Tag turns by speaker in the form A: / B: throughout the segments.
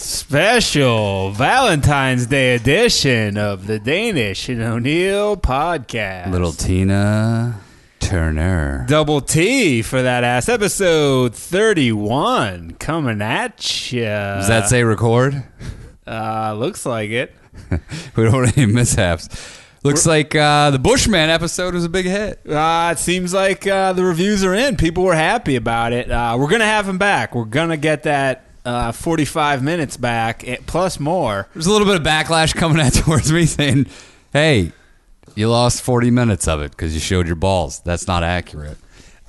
A: Special Valentine's Day edition of the Danish and O'Neill podcast.
B: Little Tina Turner.
A: double T for that ass episode 31 coming at you.
B: Does that say record?
A: Uh, looks like it.
B: We don't want any mishaps. Looks like uh, the Bushman episode was a big hit.
A: Uh, it seems like uh, the reviews are in. People were happy about it. Uh, we're going to have him back. We're going to get that uh, 45 minutes back, eh, plus more.
B: There's a little bit of backlash coming out towards me saying, hey, you lost 40 minutes of it because you showed your balls. That's not accurate.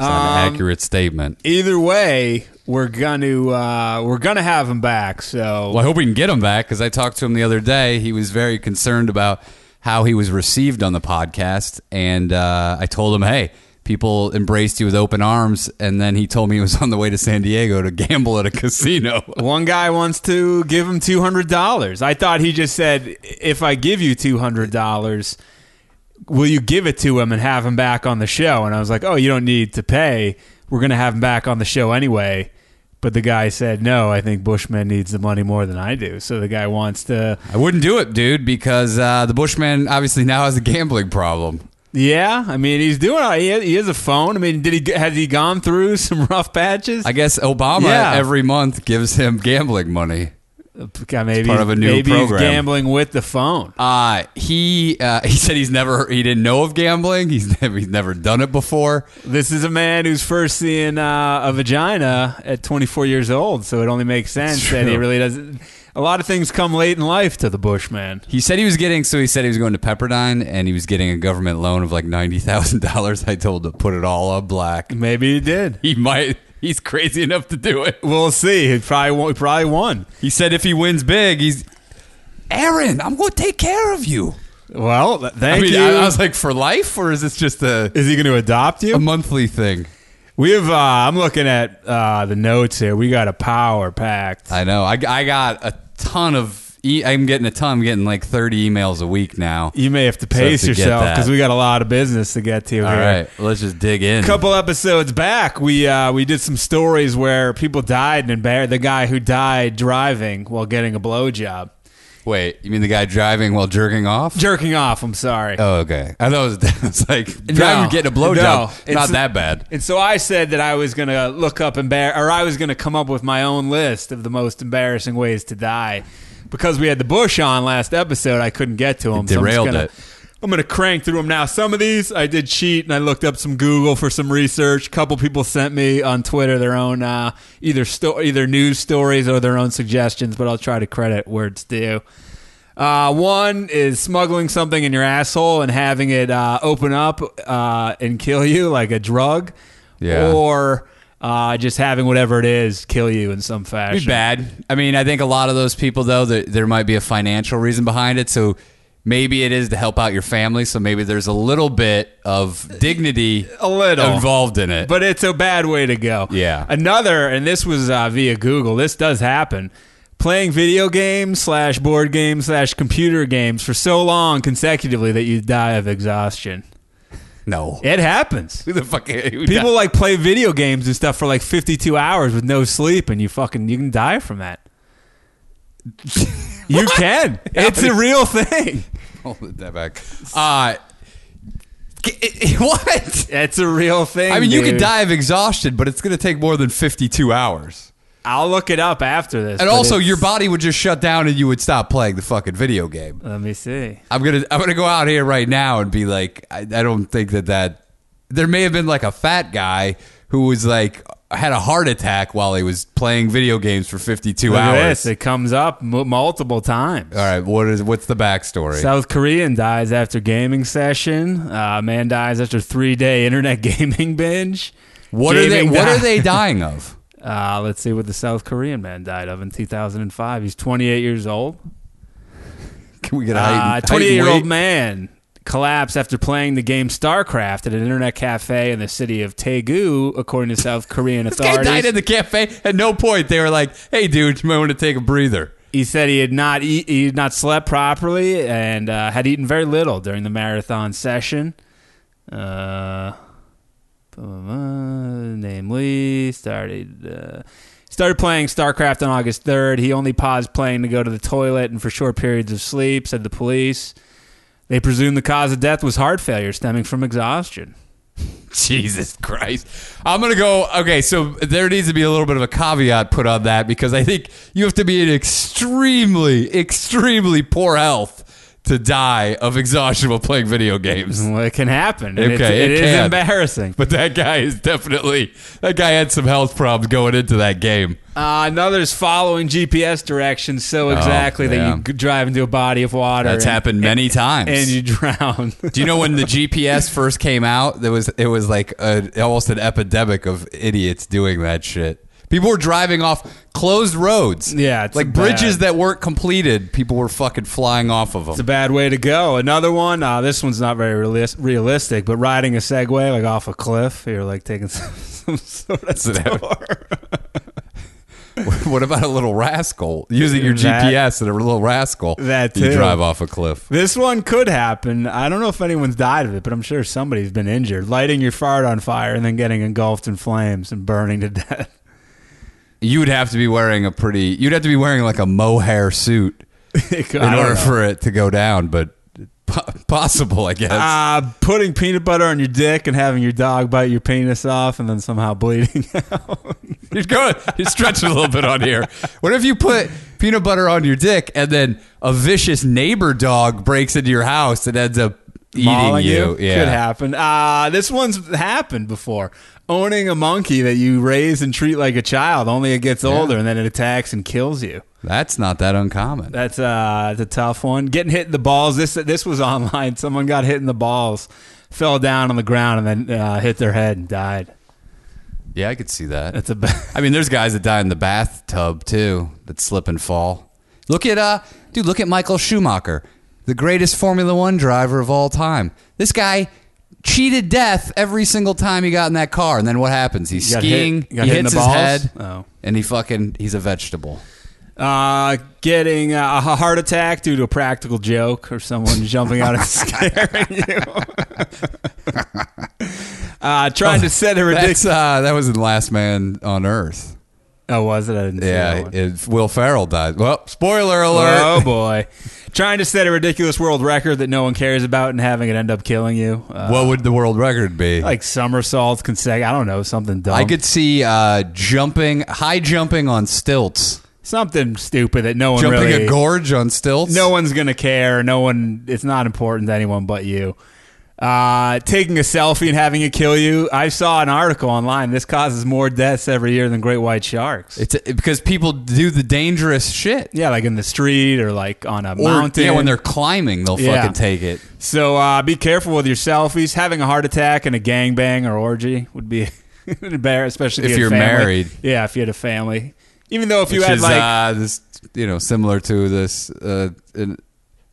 B: It's not an accurate statement.
A: Either way, we're going to uh, we're going to have him back. So
B: Well, I hope we can get him back because I talked to him the other day. He was very concerned about how he was received on the podcast. And uh, I told him, hey, people embraced you with open arms. And then he told me he was on the way to San Diego to gamble at a casino.
A: One guy wants to give him two hundred dollars. I thought he just said, "If I give you two hundred dollars, will you give it to him and have him back on the show?" And I was like, "Oh, you don't need to pay. We're gonna have him back on the show anyway." But the guy said, "No, I think Bushman needs the money more than I do." So the guy wants to,
B: I wouldn't do it, dude, because uh, the Bushman obviously now has a gambling problem.
A: yeah. I mean, he's doing. all right. He he has a phone. I mean, did he has he gone through some rough patches?
B: I guess Obama
A: Yeah.
B: every month gives him gambling money.
A: God, Uh, maybe
B: part of a new
A: maybe
B: program.
A: he's gambling with the phone.
B: Uh, he uh, he said he's never he didn't know of gambling. He's never, he's never done it before.
A: This is a man who's first seeing uh, a vagina at 24 years old, so it only makes sense that he
B: true.
A: really doesn't. A lot of things come late in life to the Bushman.
B: He said he was getting so he said he was going to Pepperdine and he was getting a government loan of like ninety thousand dollars. I told him to put it all on black.
A: Maybe he did.
B: He might he's crazy enough to do it.
A: We'll see. He probably won. He probably won.
B: He said if he wins big, he's Aaron. I'm going to take care of you.
A: Well, th-
B: I
A: thank
B: mean,
A: you.
B: I, I was Um, like, for life, or is this just a
A: is he going to adopt
B: a
A: you?
B: monthly thing?
A: We have. Uh, I'm looking at uh, the notes here. We got a power packed.
B: I know. I, I got a ton of. E- I'm getting a ton. I'm getting like 30 emails a week now.
A: You may have to
B: have
A: pace
B: to get
A: yourself
B: that.
A: because we got a lot of business to get to here.
B: All right, let's just dig in.
A: couple episodes back, we uh, we did some stories where people died and embar- the guy who died driving while getting a blowjob,
B: Wait, you mean the guy driving while jerking off?
A: jerking off. I'm sorry.
B: oh, okay. I thought it was, it was like driving
A: No.
B: getting a
A: No.
B: blowjob.
A: It's-
B: Not that bad.
A: And so I said that I was gonna look up embar- or I was gonna come up with my own list of the most embarrassing ways to die. Because we had the Bush on last episode, I couldn't get to him. so I'm just
B: derailed
A: gonna-
B: it.
A: I'm gonna crank through them now. Some of these I did cheat and I looked up some Google for some research. A couple people sent me on Twitter their own uh, either sto- either news stories or their own suggestions, but I'll try to credit where it's due. Uh, one is smuggling something in your asshole and having it uh, open up uh, and kill you like a drug,
B: Yeah.
A: or uh, just having whatever it is kill you in some fashion.
B: Be bad. I mean, I think a lot of those people though, there, there might be a financial reason behind it. So maybe it is to help out your family. So maybe there's a little bit of dignity
A: A little.
B: involved in it.
A: but it's a bad way to go.
B: Yeah.
A: Another, and this was uh, via Google. This does happen. Playing video games slash board games slash computer games for so long consecutively that you die of exhaustion.
B: no,
A: It happens.
B: who the fuck? who
A: People like play video games and stuff for like 52 hours with no sleep, and you fucking you can die from that. you can. It's a real thing.
B: Hold that back. Uh, g- it- it- what?
A: It's a real thing.
B: I mean, you could
A: dude.
B: die of exhaustion, but it's going to take more than 52 hours.
A: I'll look it up after this.
B: And
A: but
B: also,
A: it's-
B: your body would just shut down and you would stop playing the fucking video game.
A: Let me see.
B: I'm going to I'm gonna go out here right now and be like, I, I don't think that that. There may have been like a fat guy who was like, had a heart attack while he was playing video games for 52
A: Look at
B: hours.
A: this. It comes up mu multiple times.
B: All right, what is what's the backstory?
A: South Korean dies after gaming session. Uh, man dies after three day internet gaming binge.
B: what are they?
A: Gaming
B: What
A: die-
B: are they dying of?
A: Uh, let's see what the South Korean man died of in 2005. He's 28 years old.
B: Can we get a height and-
A: Uh,
B: height and
A: 28 year old
B: weight?
A: man collapsed after playing the game StarCraft at an internet cafe in the city of Daegu, according to South Korean
B: This guy died
A: authorities.
B: at the cafe. At no point they were like, "Hey, dude, you might want to take a breather."
A: He said he had not eat, he had not slept properly and uh, had eaten very little during the marathon session. Uh, blah, blah, blah, namely, started. Uh, Started playing StarCraft on August 3rd. He only paused playing to go to the toilet and for short periods of sleep, said the police. They presumed the cause of death was heart failure stemming from exhaustion.
B: Jesus Christ. I'm going to go. Okay, so there needs to be a little bit of a caveat put on that because I think you have to be in extremely, extremely poor health to die of exhaustion while playing video games.
A: Well, it can happen. and it's,
B: Okay, it
A: it is
B: can.
A: embarrassing.
B: But that guy is definitely, that guy had some health problems going into that game.
A: Uh, another is following GPS directions so exactly that
B: Oh, yeah.
A: you g- drive into a body of water.
B: That's
A: and,
B: happened many times.
A: And you drown.
B: Do you know when the GPS first came out? There was it was like a, almost an epidemic of idiots doing that shit. People were driving off closed roads.
A: Yeah, it's
B: like
A: bad.
B: bridges that weren't completed. People were fucking flying off of
A: It's a
B: them.
A: bad way to go. Another one. Uh, this one's not very realis- realistic, but riding a Segway like off a cliff, you're like taking some, some sort of
B: an epi-
A: tour.
B: what about a little rascal using your
A: That-
B: GPS and a little rascal?
A: That
B: you
A: too.
B: drive off a cliff.
A: This one could happen. I don't know if anyone's died of it, but I'm sure somebody's been injured. Lighting your fart on fire and then getting engulfed in flames and burning to death.
B: You would have to be wearing a pretty. You'd have to be wearing like a mohair suit
A: It could-
B: in
A: I don't
B: order
A: know.
B: for it to go down, but po- possible, I guess.
A: Uh, putting peanut butter on your dick and having your dog bite your penis off and then somehow bleeding out.
B: You're going. You're stretching a little bit on here. What if you put peanut butter on your dick and then a vicious neighbor dog breaks into your house and ends up eating
A: Mauling
B: you?
A: Could
B: Yeah.
A: happen. Uh, this one's happened before. Owning a monkey that you raise and treat like a child, only it gets older and then it attacks and kills you.
B: That's not that uncommon.
A: That's uh, that's a tough one. Getting hit in the balls. This this was online. Someone got hit in the balls, fell down on the ground, and then uh, hit their head and died.
B: Yeah, I could see that.
A: That's a bad.
B: I mean, there's guys that die in the bathtub too that slip and fall. Look at uh, dude. Look at Michael Schumacher, the greatest Formula One driver of all time. This guy. Cheated death every single time he got in that car, and then what happens? He's
A: You got hit-
B: skiing,
A: you got
B: he
A: hit in
B: hits
A: the
B: his
A: balls?
B: head,
A: Oh.
B: and he fucking he's a vegetable.
A: Uh, getting uh, a heart attack due to a practical joke or someone jumping out and scaring you. uh, trying to set a ridiculous.
B: That's, uh, that was in Last Man on Earth.
A: Oh, was it? I didn't see that
B: Yeah,
A: one.
B: it, Will Ferrell died. Well, spoiler alert.
A: Oh boy! Trying to set a ridiculous world record that no one cares about and having it end up killing you. Uh,
B: What would the world record be?
A: like somersaults, consecutive. I don't know something dumb.
B: I could see uh, jumping, high jumping on stilts,
A: something stupid that no one
B: jumping
A: really.
B: a gorge on stilts.
A: no one's gonna care. No one. It's not important to anyone but you. Uh, taking a selfie and having it kill you. I saw an article online. This causes more deaths every year than great white sharks.
B: it's it- because people do the dangerous shit.
A: yeah, like in the street or like on a
B: Or,
A: mountain.
B: yeah, when they're climbing, they'll
A: Yeah.
B: fucking take it.
A: so uh, be careful with your selfies. Having a heart attack and a gangbang or orgy would be embarrassing, especially
B: If
A: you had
B: you're
A: family.
B: married.
A: Yeah, if you had a family. Even though if you
B: which
A: had
B: is
A: like
B: uh, this, you know, similar to this uh, an,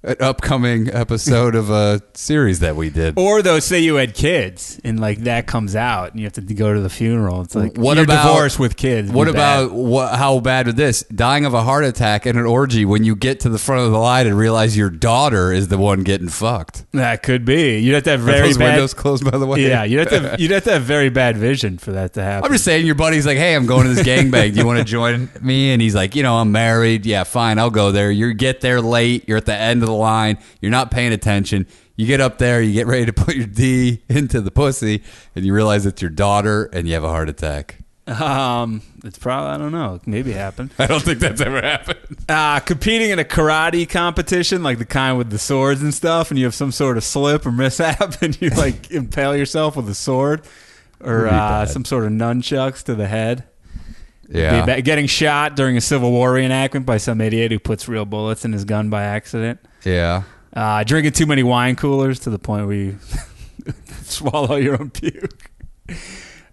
B: an upcoming episode of a series that we did.
A: Or though, say you had kids and like that comes out, and you have to go to the funeral. It's like
B: What
A: you're
B: about-
A: divorced with kids?
B: What
A: Be
B: about
A: bad.
B: what, how bad with this? Dying of a heart attack in an orgy when you get to the front of the line and realize your daughter is the one getting fucked.
A: that? Could be. You'd have to have
B: Are
A: very
B: those
A: bad.
B: windows closed, by the way?
A: Yeah, you'd have to. Have, you'd have to have very bad vision for that to happen.
B: I'm just saying, your buddy's like, hey, I'm going to this gangbang. Do you want to join me? And he's like, you know, I'm married. Yeah, fine, I'll go there. You get there late. You're at the end of the line. You're not paying attention. You get up there. You get ready to put your D into the pussy, and you realize it's your daughter, and you have a heart attack.
A: um, it's probably. I don't know. Maybe happen.
B: I don't think that's ever happened.
A: Uh, competing in a karate competition, like the kind with the swords and stuff, and you have some sort of slip or mishap, and you like impale yourself with a sword or
B: Would be
A: uh,
B: bad.
A: some sort of nunchucks to the head.
B: Yeah.
A: Be- Getting shot during a Civil War reenactment by some idiot who puts real bullets in his gun by accident.
B: Yeah.
A: Uh, drinking too many wine coolers to the point where you swallow your own puke.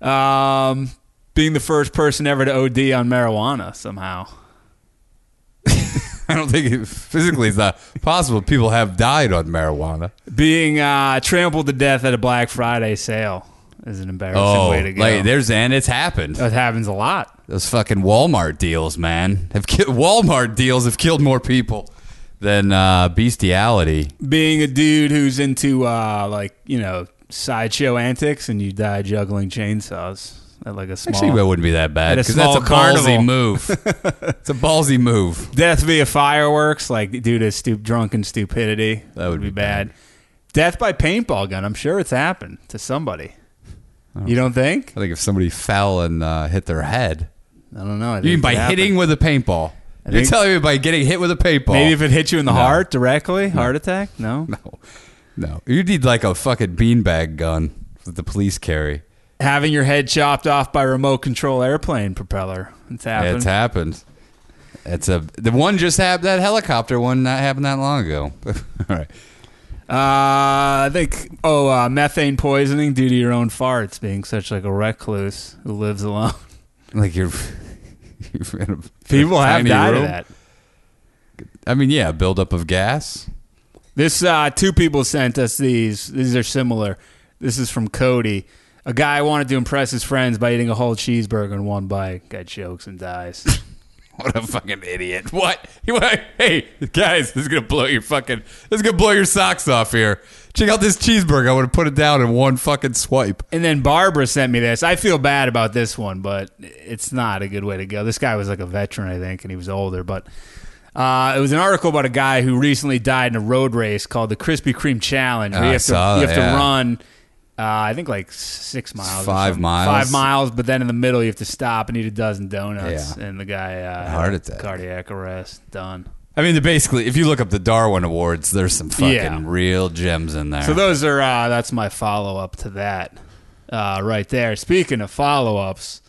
A: Um, being the first person ever to OD on marijuana somehow.
B: I don't think it, physically it's not possible. People have died on marijuana.
A: Being uh, trampled to death at a Black Friday sale is an embarrassing way to go.
B: Oh, like there's and it's happened.
A: that happens a lot.
B: Those fucking Walmart deals, man, have ki- Walmart deals have killed more people than uh, bestiality.
A: Being a dude who's into uh, like you know sideshow antics and you die juggling chainsaws. at like a small.
B: Actually, that wouldn't be that bad
A: At a
B: because that's
A: small
B: a
A: carnival.
B: ballsy move. it's a ballsy move.
A: Death via fireworks, like due to stu- drunken stupidity.
B: That would be
A: bad. Death by paintball gun. I'm sure it's happened to somebody.
B: Oh.
A: you don't think?
B: I think if somebody fell and uh, hit their head,
A: I don't know. I
B: you mean
A: think
B: by
A: it happened.
B: hitting with a paintball? You're
A: think-
B: telling me by getting hit with a paintball?
A: Maybe if it hit you in the heart directly, heart attack? No.
B: no, no. You need like a fucking beanbag gun that the police carry.
A: Having your head chopped off by remote control airplane propeller. It's happened.
B: It's happened. It's a the one just happened. That helicopter one that happened that long ago. All right.
A: Uh, I think. Oh, uh, methane poisoning due to your own farts. Being such like a recluse who lives alone.
B: Like you're, you're in a
A: People have
B: tiny
A: died
B: room.
A: of that.
B: I mean, yeah, buildup of gas.
A: This uh, two people sent us these. These are similar. This is from Cody. A guy wanted to impress his friends by eating a whole cheeseburger in one bite. Guy chokes and dies.
B: What a fucking idiot! What? You want? Hey, guys, this is gonna blow your fucking. This is gonna blow your socks off here. Check out this cheeseburger. I would have put it down in one fucking swipe.
A: and then Barbara sent me this. I feel bad about this one, but it's not a good way to go. This guy was like a veteran, I think, and he was older. But uh, it was an article about a guy who recently died in a road race called the Krispy Kreme Challenge. where
B: I
A: you have, to,
B: saw
A: you
B: that,
A: have to
B: yeah.
A: run, uh, I think, like six miles. or
B: Five
A: something.
B: miles.
A: Five miles, but then in the middle, you have to stop and eat a dozen donuts.
B: Yeah.
A: And the guy. Uh,
B: Heart
A: had
B: attack.
A: Cardiac arrest. Done.
B: I mean, the, basically, if you look up the Darwin Awards, there's some fucking
A: Yeah.
B: real gems in there.
A: So those are uh, that's my follow up to that uh, right there. Speaking of follow ups,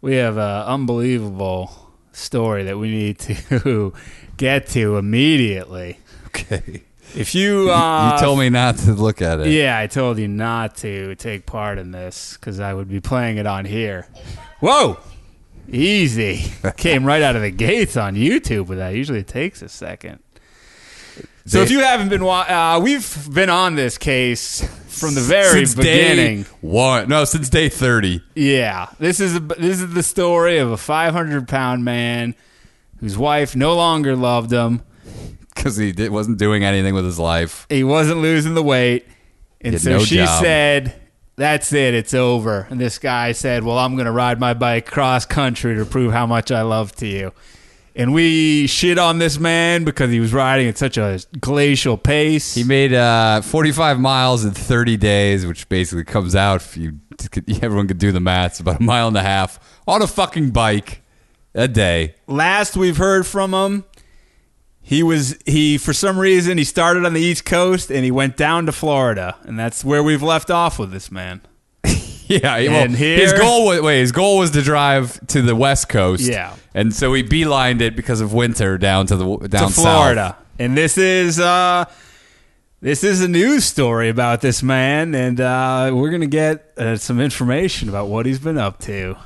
A: we have an unbelievable story that we need to get to immediately.
B: okay.
A: If you
B: You
A: uh,
B: told me not to look at it.
A: yeah, I told you not to take part in this because I would be playing it on here. Whoa, easy came right out of the gates on YouTube with that. Usually it takes a second. So
B: They-
A: if you haven't been, wa- uh, we've been on this case from the very
B: Since day
A: beginning.
B: one, no, since day thirty.
A: Yeah, this is this is the story of a 500 pound man whose wife no longer loved him.
B: because he did, wasn't doing anything with his life.
A: He wasn't losing the weight, and
B: had
A: so
B: no
A: she
B: job.
A: said, "That's it, it's over." And this guy said, "Well, I'm going to ride my bike cross country to prove how much I love to you." And we shit on this man because he was riding at such a glacial pace.
B: He made uh, 45 miles in 30 days, which basically comes out if you everyone could do the maths about a mile and a half on a fucking bike a day.
A: last we've heard from him he was he for some reason he started on the east coast and he went down to florida and that's where we've left off with this man
B: Yeah, he- well,
A: And here-
B: his goal was wait, his goal was to drive to the west coast.
A: Yeah.
B: and so he beelined it because of winter down to the down
A: to florida and this is uh this is a news story about this man and uh we're gonna get uh, some information about what he's been up to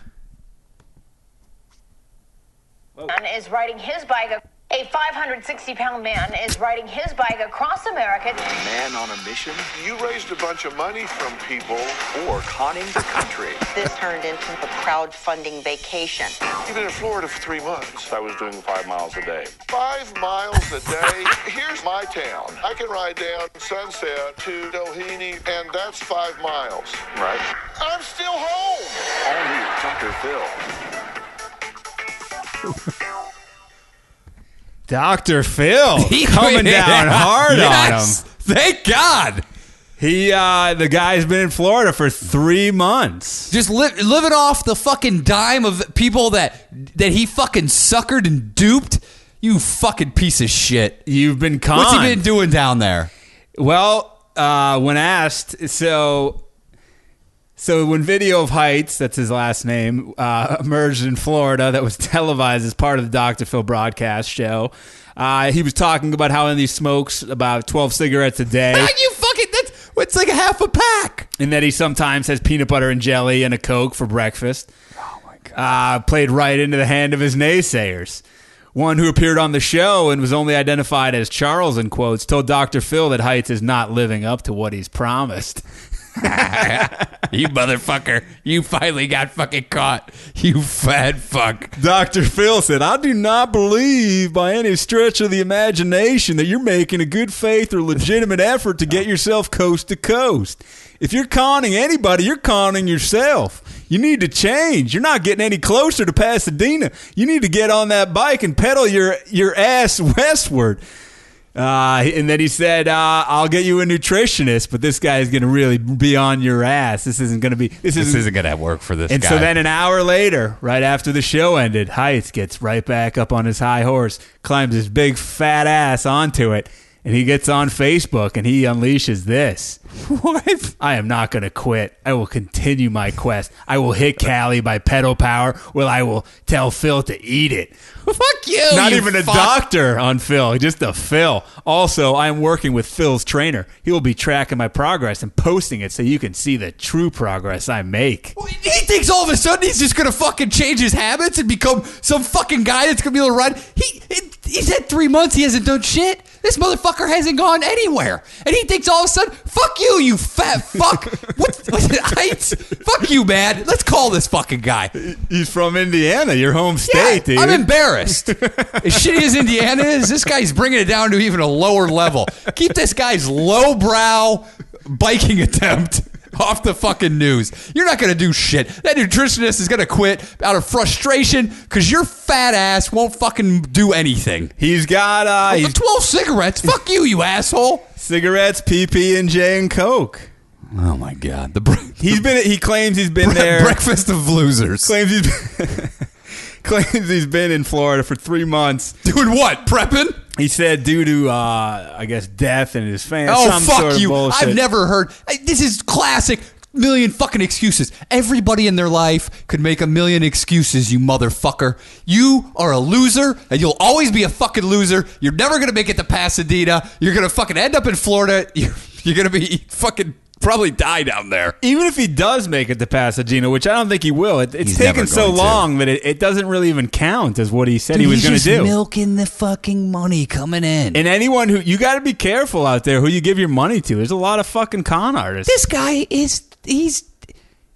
C: man is riding his bike. A 560 pound man is riding his bike across America.
D: man on a mission? You raised a bunch of money from people for conning the country.
E: This turned into a crowdfunding vacation.
D: You've been in Florida for three months.
F: I was doing five miles a day.
D: Five miles a day. Here's my town. I can ride down Sunset to Doheny, and that's five miles.
F: Right.
D: I'm still home.
F: Only Dr. Phil.
A: dr phil coming down hard on him
B: on him. Thank God.
A: he uh the guy's been in florida for three months
B: just li- living off the fucking dime of people that that he fucking suckered and duped. You fucking piece of shit.
A: you've been conned.
B: What's he been doing down there?
A: Well, uh, when asked, so so when video of Heights, that's his last name, uh, emerged in Florida, that was televised as part of the Dr. Phil broadcast show. Uh, he was talking about how he smokes about twelve cigarettes a day,
B: you fucking that's it's like a half a pack.
A: and that he sometimes has peanut butter and jelly and a coke for breakfast. uh, played right into the hand of his naysayers. One who appeared on the show and was only identified as Charles in quotes told Dr. Phil that Heights is not living up to what he's promised.
B: You motherfucker. You finally got fucking caught. You fat fuck.
A: Dr. Phil said, I do not believe by any stretch of the imagination that you're making a good faith or legitimate effort to get yourself coast to coast. If you're conning anybody, you're conning yourself. You need to change. You're not getting any closer to Pasadena. You need to get on that bike and pedal your your ass westward. Uh, and then he said, uh, "I'll get you a nutritionist, but this guy is going to really be on your ass. This isn't going to be. This
B: This
A: isn't,
B: isn't gonna work for this
A: and
B: guy.
A: so then an hour later, right after the show ended, Heights gets right back up on his high horse, climbs his big fat ass onto it, and he gets on Facebook and he unleashes this. What? I am not going to quit. I will continue my quest. I will hit Cali by pedal power. Well, I will tell Phil to eat it.
B: fuck you.
A: Not
B: Oh, you
A: even a
B: fuck.
A: doctor on Phil, just a Phil. Also, I'm working with Phil's trainer. He will be tracking my progress and posting it so you can see the true progress I make.
B: He thinks all of a sudden he's just gonna fucking change his habits and become some fucking guy that's gonna be able to ride. He it, he's had three months. He hasn't done shit. This motherfucker hasn't gone anywhere, and he thinks all of a sudden, "Fuck you, you fat fuck." what? what I, fuck you, man. Let's call this fucking guy.
A: He's from Indiana, your home
B: Yeah,
A: state, dude.
B: I'm embarrassed. as shitty as Indiana is, this guy's bringing it down to even a lower level. Keep this guy's lowbrow biking attempt off the fucking news. You're not going to do shit. That nutritionist is going to quit out of frustration because your fat ass won't fucking do anything.
A: he's got uh, he's
B: 12 cigarettes. Fuck you, you asshole.
A: cigarettes, PP and J and Coke.
B: Oh my God. The bre-
A: He's been. He claims he's been there.
B: breakfast of losers.
A: Claims he's claims he's been in Florida for three months.
B: Doing what? Prepping?
A: He said due to uh, I guess death and his family.
B: Oh
A: some
B: fuck
A: sort of
B: you!
A: bullshit.
B: I've never heard. I- This is classic million fucking excuses. Everybody in their life could make a million excuses. You motherfucker! You are a loser, and you'll always be a fucking loser. You're never gonna make it to Pasadena. You're gonna fucking end up in Florida. You're, you're gonna be fucking probably die down there.
A: Even if he does make it to Pasadena, which I don't think he will, it, it's
B: He's
A: taken
B: never
A: so
B: going to.
A: long that it, it doesn't really even count as what he said he was going to do.
B: milking the fucking money coming in.
A: and anyone who you got to be careful out there who you give your money to. There's a lot of fucking con artists.
B: this guy is he's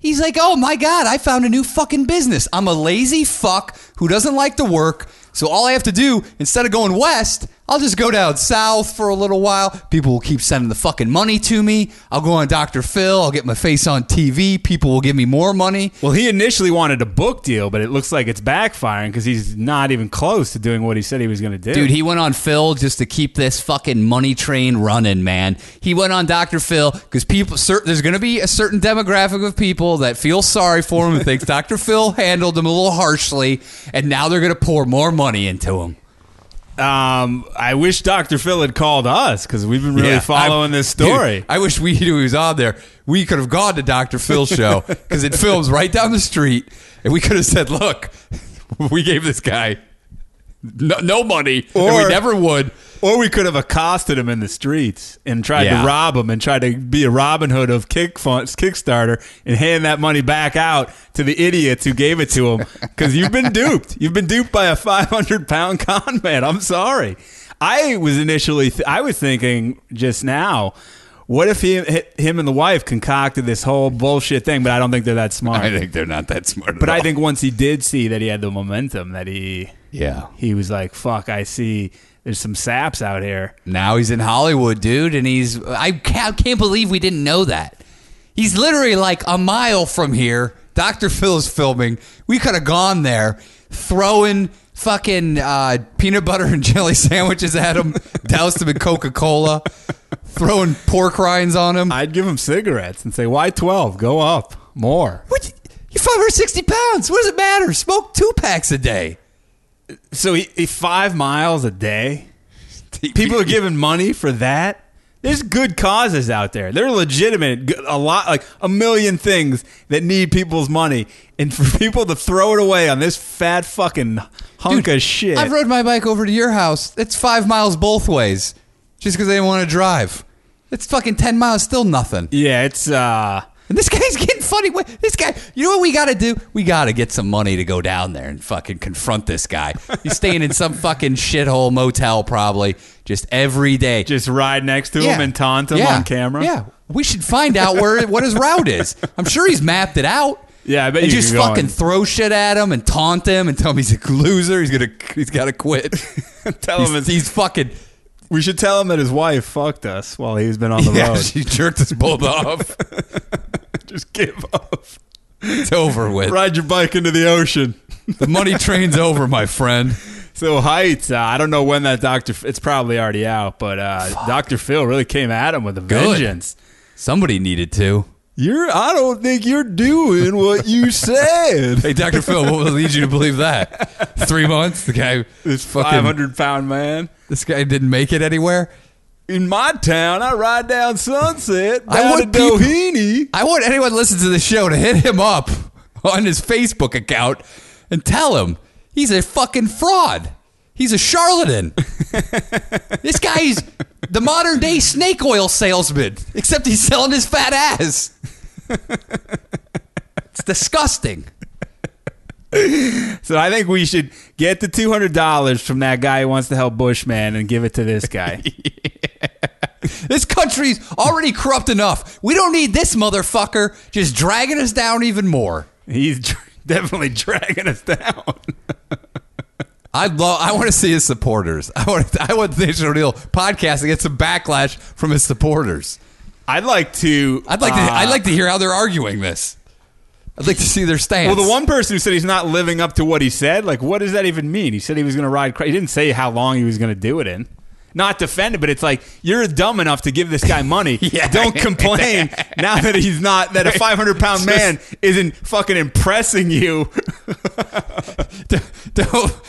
B: he's like oh my god i found a new fucking business i'm a lazy fuck who doesn't like to work so all i have to do instead of going west i'll just go down south for a little while people will keep sending the fucking money to me i'll go on dr phil i'll get my face on tv people will give me more money
A: Well, he initially wanted a book deal, but it looks like it's backfiring because he's not even close to doing what he said he was going to do.
B: Dude, he went on Phil just to keep this fucking money train running, man. He went on Dr. Phil because people, cer- there's going to be a certain demographic of people that feel sorry for him and thinks Dr. Phil handled him a little harshly, and now they're going to pour more money into him.
A: um, I wish Dr. Phil had called us because we've been really
B: Yeah,
A: following
B: I-
A: this story.
B: Dude, I wish we knew he was on there. We could have gone to Dr. Phil's show because it films right down the street, and we could have said, "Look, we gave this guy no, no money, and
A: Or-
B: we never would."
A: or we could have accosted him in the streets and tried
B: Yeah.
A: to rob him and tried to be a Robin Hood of kick funds, Kickstarter and hand that money back out to the idiots who gave it to him because you've been duped. You've been duped by a 500 pound con man. I'm sorry. I was initially, th- I was thinking just now, what if he, him and the wife concocted this whole bullshit thing? But I don't think they're that smart.
B: I think they're not that smart. at
A: But I
B: all.
A: think once he did see that he had the momentum, that he
B: Yeah.
A: he was like, "Fuck, I see. There's some saps out here."
B: Now he's in Hollywood, dude, and he's I can't, can't believe we didn't know that. He's literally like a mile from here. Dr. Phil's filming. We could have gone there, throwing fucking uh, peanut butter and jelly sandwiches at him, doused him in Coca Cola, throwing pork rinds on him.
A: I'd give him cigarettes and say, "Why twelve? Go up more."
B: What you, you're 560 pounds. What does it matter? Smoke two packs a day.
A: So he, he five miles a day. People are giving money for that. There's good causes out there. They're legitimate. g- A lot, like a million things that need people's money, and for people to throw it away on this fat fucking hunk of shit.
B: I've rode my bike over to your house. It's five miles both ways, just because they didn't want to drive. It's fucking ten miles, still nothing.
A: yeah, it's uh,
B: And this guy's getting funny. What- This guy, you know what we got to do? We got to get some money to go down there and fucking confront this guy. He's staying in some fucking shithole motel probably just every day.
A: just ride next to him and taunt him
B: Yeah.
A: on camera.
B: Yeah, we should find out where what his route is. I'm sure he's mapped it out.
A: Yeah, I bet
B: and
A: you
B: just
A: could go
B: fucking
A: on-
B: throw shit at him and taunt him and tell him he's a loser. He's gonna he's gotta quit.
A: Tell him
B: he's,
A: it's-
B: he's fucking.
A: we should tell him that his wife fucked us while he's been on the
B: Yeah,
A: road.
B: she jerked us both off.
A: just give up.
B: It's over with.
A: Ride your bike into the ocean.
B: The money train's over, my friend.
A: So heights. Uh, I don't know when that Doctor. It's probably already out, but uh, Doctor Phil really came at him with a
B: Good.
A: vengeance.
B: Somebody needed to.
A: You're. I don't think you're doing what you said.
B: Hey, Dr. Phil, what would lead you to believe that? Three months? The guy,
A: this
B: fucking-
A: five hundred pound man
B: this guy didn't make it anywhere?
A: in my town. I ride down Sunset.
B: I
A: down
B: want
A: to
B: people-
A: Doheny.
B: I want anyone listening to the show to hit him up on his Facebook account and tell him he's a fucking fraud. He's a charlatan. this guy's the modern day snake oil salesman, except he's selling his fat ass. It's disgusting.
A: So I think we should get the two hundred dollars from that guy who wants to help Bushman and give it to this guy.
B: This country's already corrupt enough. We don't need this motherfucker just dragging us down even more.
A: He's dr- definitely dragging us down.
B: I love. I want to see his supporters. I want. I want the National Deal podcast to get some backlash from his supporters.
A: I'd like to.
B: I'd like to.
A: uh,
B: I'd like to hear how they're arguing this. I'd like to see their stance.
A: Well, the one person who said he's not living up to what he said, like, what does that even mean? He said he was going to ride. cra- He didn't say how long he was going to do it in. Not defend it, but it's like you're dumb enough to give this guy money.
B: Yeah.
A: Don't complain now that he's not that a 500 pound man isn't fucking impressing you.
B: don't, don't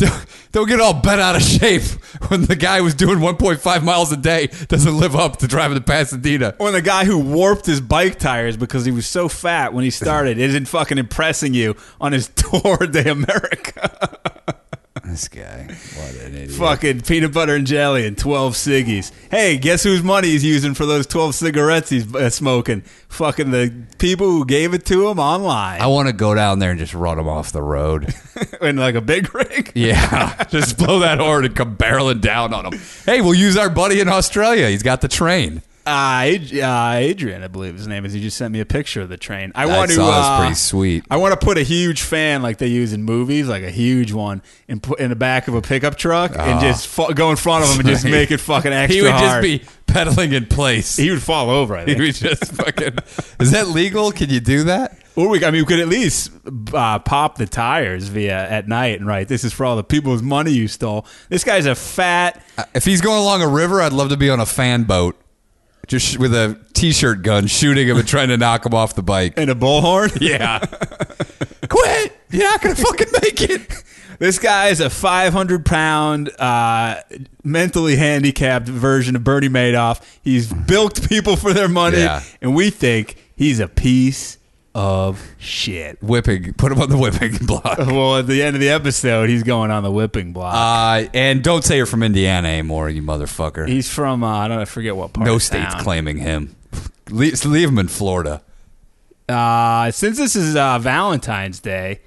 B: don't don't get all bent out of shape when the guy was doing 1.5 miles a day doesn't live up to driving to Pasadena.
A: When the guy who warped his bike tires because he was so fat when he started isn't fucking impressing you on his tour de America.
B: This guy, what an idiot!
A: fucking peanut butter and jelly and 12 ciggies. Hey, guess whose money he's using for those 12 cigarettes he's uh, smoking? Fucking the people who gave it to him online.
B: I want to go down there and just run him off the road.
A: In like a big rig.
B: Yeah, just blow that horn and come barreling down on him. Hey, we'll use our buddy in Australia. He's got the train.
A: Uh, Ad- uh, Adrian, I believe his name is. He just sent me a picture of the train. I,
B: I
A: want to.
B: saw it's
A: uh,
B: pretty sweet.
A: I want to put a huge fan like they use in movies, like a huge one, and put in the back of a pickup truck and just fu- go in front of him and just
B: Ah. Right.
A: make it fucking extra
B: he would
A: hard.
B: just be pedaling in place. He,
A: he would fall over. I think.
B: would just fucking. Is that legal? Can you do that?
A: Or we, I mean, we could at least uh, pop the tires via at night and write, "This is for all the people's money you stole." This guy's a fat.
B: Uh, If he's going along a river, I'd love to be on a fan boat, just sh- with a t-shirt gun, shooting him and trying to knock him off the bike.
A: And a bullhorn?
B: Yeah, quit! You're not gonna fucking make it.
A: This guy's a 500 pound, uh, mentally handicapped version of Bernie Madoff. He's bilked people for their money.
B: Yeah.
A: And we think he's a piece of shit.
B: Whipping, put him on the whipping block.
A: Well, at the end of the episode, he's going on the whipping block.
B: Uh, and don't say you're from Indiana anymore, you motherfucker.
A: he's from, uh, I don't know, I forget what part.
B: no
A: of
B: state's
A: town.
B: claiming him. Leave, leave him in Florida.
A: Uh, since this is uh, Valentine's Day,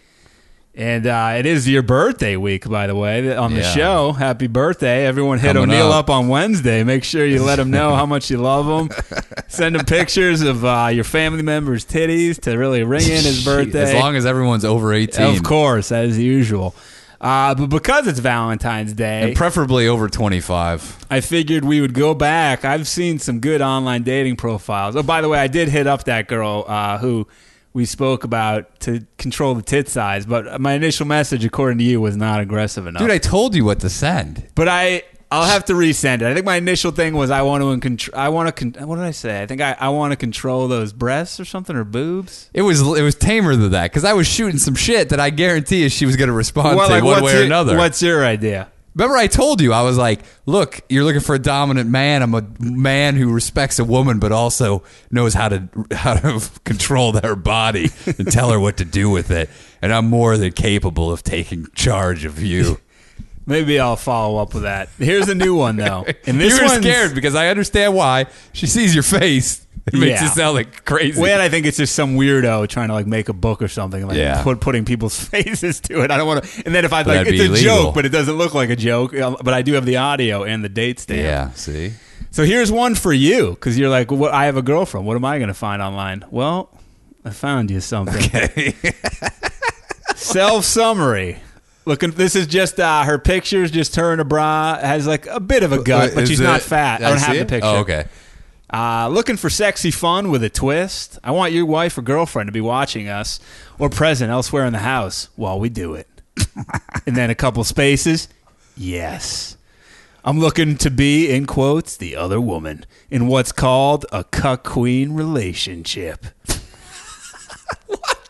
A: and uh, it is your birthday week, by the way, th- on the
B: Yeah.
A: show. Happy birthday. Everyone hit
B: Coming
A: O'Neill
B: up.
A: up. on Wednesday. Make sure you let him know how much you love him. Send him pictures of uh, your family members' titties to really ring in his birthday.
B: As long as everyone's over 18.
A: of course, as usual. Uh, but because it's Valentine's Day,
B: And preferably over 25.
A: I figured we would go back. I've seen some good online dating profiles. Oh, by the way, I did hit up that girl uh, who we spoke about to control the tit size, but my initial message, according to you, was not aggressive enough.
B: Dude, I told you what to send.
A: but I. I'll have to resend it. I think my initial thing was I want to in contr- I want to con- what did I say? I think I, I want to control those breasts or something or boobs.
B: It was it was tamer than that because I was shooting some shit that I guarantee she was going to respond to one
A: what's
B: way or
A: your-
B: another.
A: What's your idea?
B: Remember, I told you I was like, "Look, you're looking for a dominant man. I'm a man who respects a woman, but also knows how to how to control their body and tell her what to do with it. And I'm more than capable of taking charge of you."
A: Maybe I'll follow up with that. Here's a new one though. And this
B: you were
A: one's-
B: scared because I understand why. She sees your face. It makes
A: Yeah.
B: it sound like crazy.
A: Well, and I think it's just some weirdo trying to like make a book or something, like
B: Yeah.
A: put, putting people's faces to it. I don't want to. And then if I
B: But
A: like,
B: that'd
A: it's a
B: be illegal.
A: joke, but it doesn't look like a joke. uh, But I do have the audio and the date stamp.
B: yeah, see?
A: So here's one for you because you're like, what? I have a girlfriend. What am I going to find online? Well, I found you something. Self summary. Looking. This is just uh, her pictures. Just her in a bra. Has like a bit of a gut, but
B: Is
A: she's
B: it-
A: not fat. I
B: I
A: don't
B: see
A: have the
B: it?
A: picture.
B: Oh, okay.
A: Uh, looking for sexy fun with a twist? I want your wife or girlfriend to be watching us or present elsewhere in the house while we do it. and then a couple spaces. Yes. I'm looking to be, in quotes, the other woman in what's called a cuck queen relationship.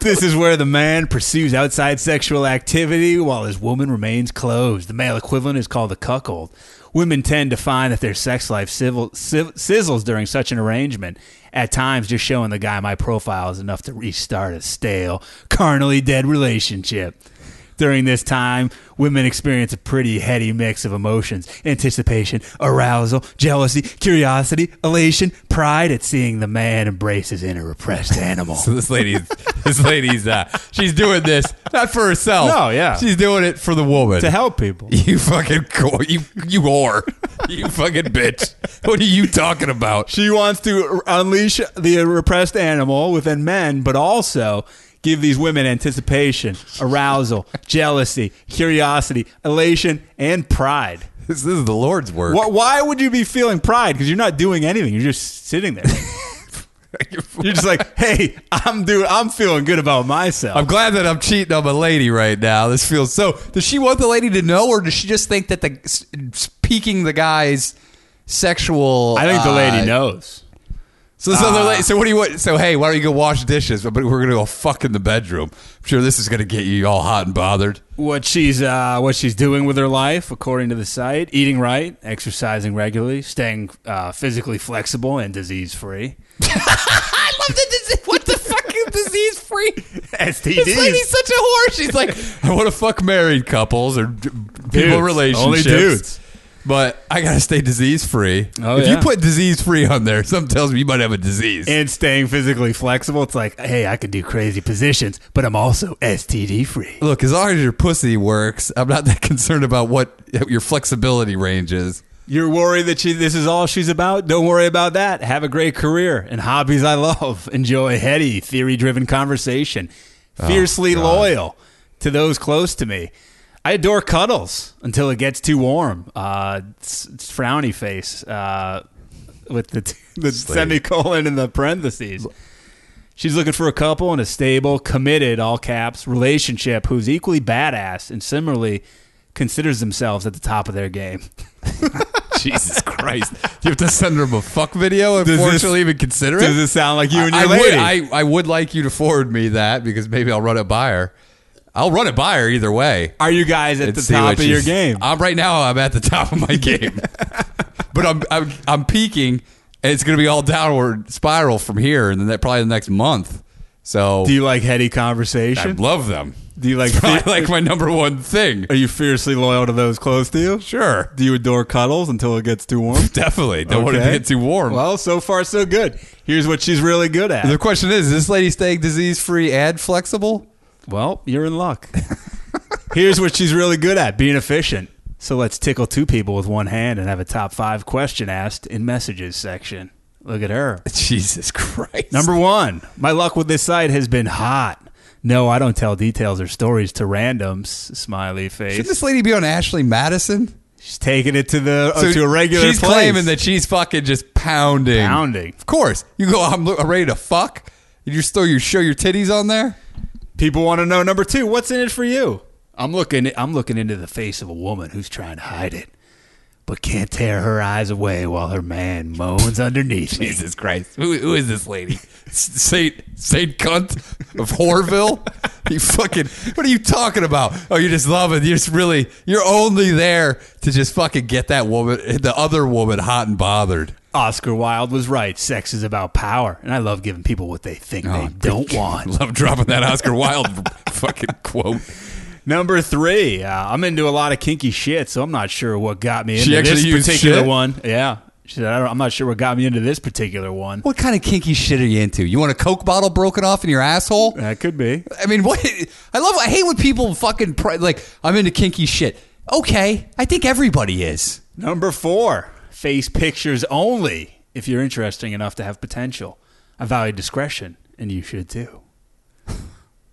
A: This is where the man pursues outside sexual activity while his woman remains closed. The male equivalent is called a cuckold. Women tend to find that their sex life civil, siv- sizzles during such an arrangement. At times, just showing the guy my profile is enough to restart a stale, carnally dead relationship. During this time, women experience a pretty heady mix of emotions anticipation, arousal, jealousy, curiosity, elation, pride at seeing the man embrace his inner repressed animal.
B: So this lady, this lady's, uh, she's doing this not for herself.
A: No, yeah.
B: she's doing it for the woman
A: to help people.
B: You fucking co- you you whore, you fucking bitch. What are you talking about?
A: She wants to unleash the repressed animal within men, but also give these women anticipation, arousal, jealousy, curiosity, elation, and pride.
B: This, this is the Lord's work.
A: Wh- Why would you be feeling pride? Because you're not doing anything. You're just sitting there. You're just like, hey, I'm doing. I'm feeling good about myself.
B: I'm glad that I'm cheating on my lady right now. This feels so. Does she want the lady to know, or does she just think that the s- s- piquing the guy's sexual?
A: I think the
B: uh,
A: lady knows. Ah.
B: So this other lady. So what do you want? So hey, why don't you go wash dishes? But we're gonna go fuck in the bedroom. I'm sure this is gonna get you all hot and bothered.
A: what she's uh, what she's doing with her life, according to the site: eating right, exercising regularly, staying uh, physically flexible and disease free.
B: I love the disease. What the fuck is disease free?
A: STDs.
B: This lady's such a whore. She's like, I want to fuck married couples or d- people
A: Dudes.
B: relationships.
A: Only dudes.
B: But I gotta stay disease free.
A: Oh,
B: if
A: yeah.
B: you put disease free on there, something tells me you might have a disease.
A: And staying physically flexible. It's like, hey, I can do crazy positions, but I'm also STD free.
B: Look, as long as your pussy works, I'm not that concerned about what your flexibility range is.
A: You're worried that she, this is all she's about? Don't worry about that. Have a great career and hobbies I love. Enjoy heady, theory driven conversation. Fiercely loyal to those close to me. I adore cuddles until it gets too warm. Uh, it's, it's frowny face uh, with the, t- the semicolon and the parentheses. She's looking for a couple in a stable, committed, all caps, relationship who's equally badass and similarly considers themselves at the top of their game.
B: Jesus Christ! You have to send her a fuck video and
A: Does this-
B: fortunately even consider it.
A: Does it sound like you and your
B: I, I
A: lady?
B: Would, I, I would like you to forward me that because maybe I'll run it by her. I'll run it by her either way.
A: Are you guys at
B: and
A: the
B: see
A: top
B: what
A: of your
B: she's-
A: game?
B: I'm right now. I'm at the top of my game, but I'm I'm, I'm peaking, and it's going to be all downward spiral from here, and then that probably the next month. So
A: Do you like heady
B: I
A: conversation?
B: love them.
A: Do you like?
B: I like my number one thing.
A: Are you fiercely loyal to those close to you?
B: Sure,
A: Do you adore cuddles until it gets too warm?
B: definitely. Don't want it to
A: Okay.
B: get too warm.
A: Well, so far so good. Here's what she's really good at.
B: the question is: Is this lady staying disease free and flexible?
A: Well, you're in luck. Here's what she's really good at being efficient. So let's tickle two people with one hand and have a top five question asked in messages section. Look at her.
B: Jesus Christ!
A: Number one, my luck with this site has been hot. No, I don't tell details or stories to randoms. Smiley
B: Should
A: face.
B: this lady be on Ashley Madison?
A: She's taking it to the uh, Oh, to a regular.
B: She's
A: place.
B: claiming that she's fucking just pounding.
A: Pounding.
B: Of course. You go, I'm, lo- I'm ready to fuck. You just throw your show your titties on there.
A: people want to know. Number two, what's in it for you? I'm looking. I'm looking into the face of a woman who's trying to hide it, but can't tear her eyes away while her man moans underneath. me.
B: Jesus Christ. Who, who is this lady? S- Saint Saint Cunt of Horville? you fucking what are you talking about? Oh, you just love it. You're just really you're only there to just fucking get that woman the other woman hot and bothered.
A: Oscar Wilde was right. Sex is about power, and I love giving people what they think they don't want.
B: Love dropping that Oscar Wilde fucking quote.
A: Number three, uh, I'm into a lot of kinky shit, so I'm not sure what got me into
B: actually
A: this
B: used
A: particular
B: shit?
A: one. Yeah, she said, I don't, I'm not sure what got me into this particular one.
B: What kind of kinky shit are you into? You want a Coke bottle broken off in your asshole?
A: That could be.
B: I mean, what? I love. I hate when people fucking pri- like. I'm into kinky shit. Okay, I think everybody is.
A: Number four, face pictures only if you're interesting enough to have potential. I value discretion, and you should too.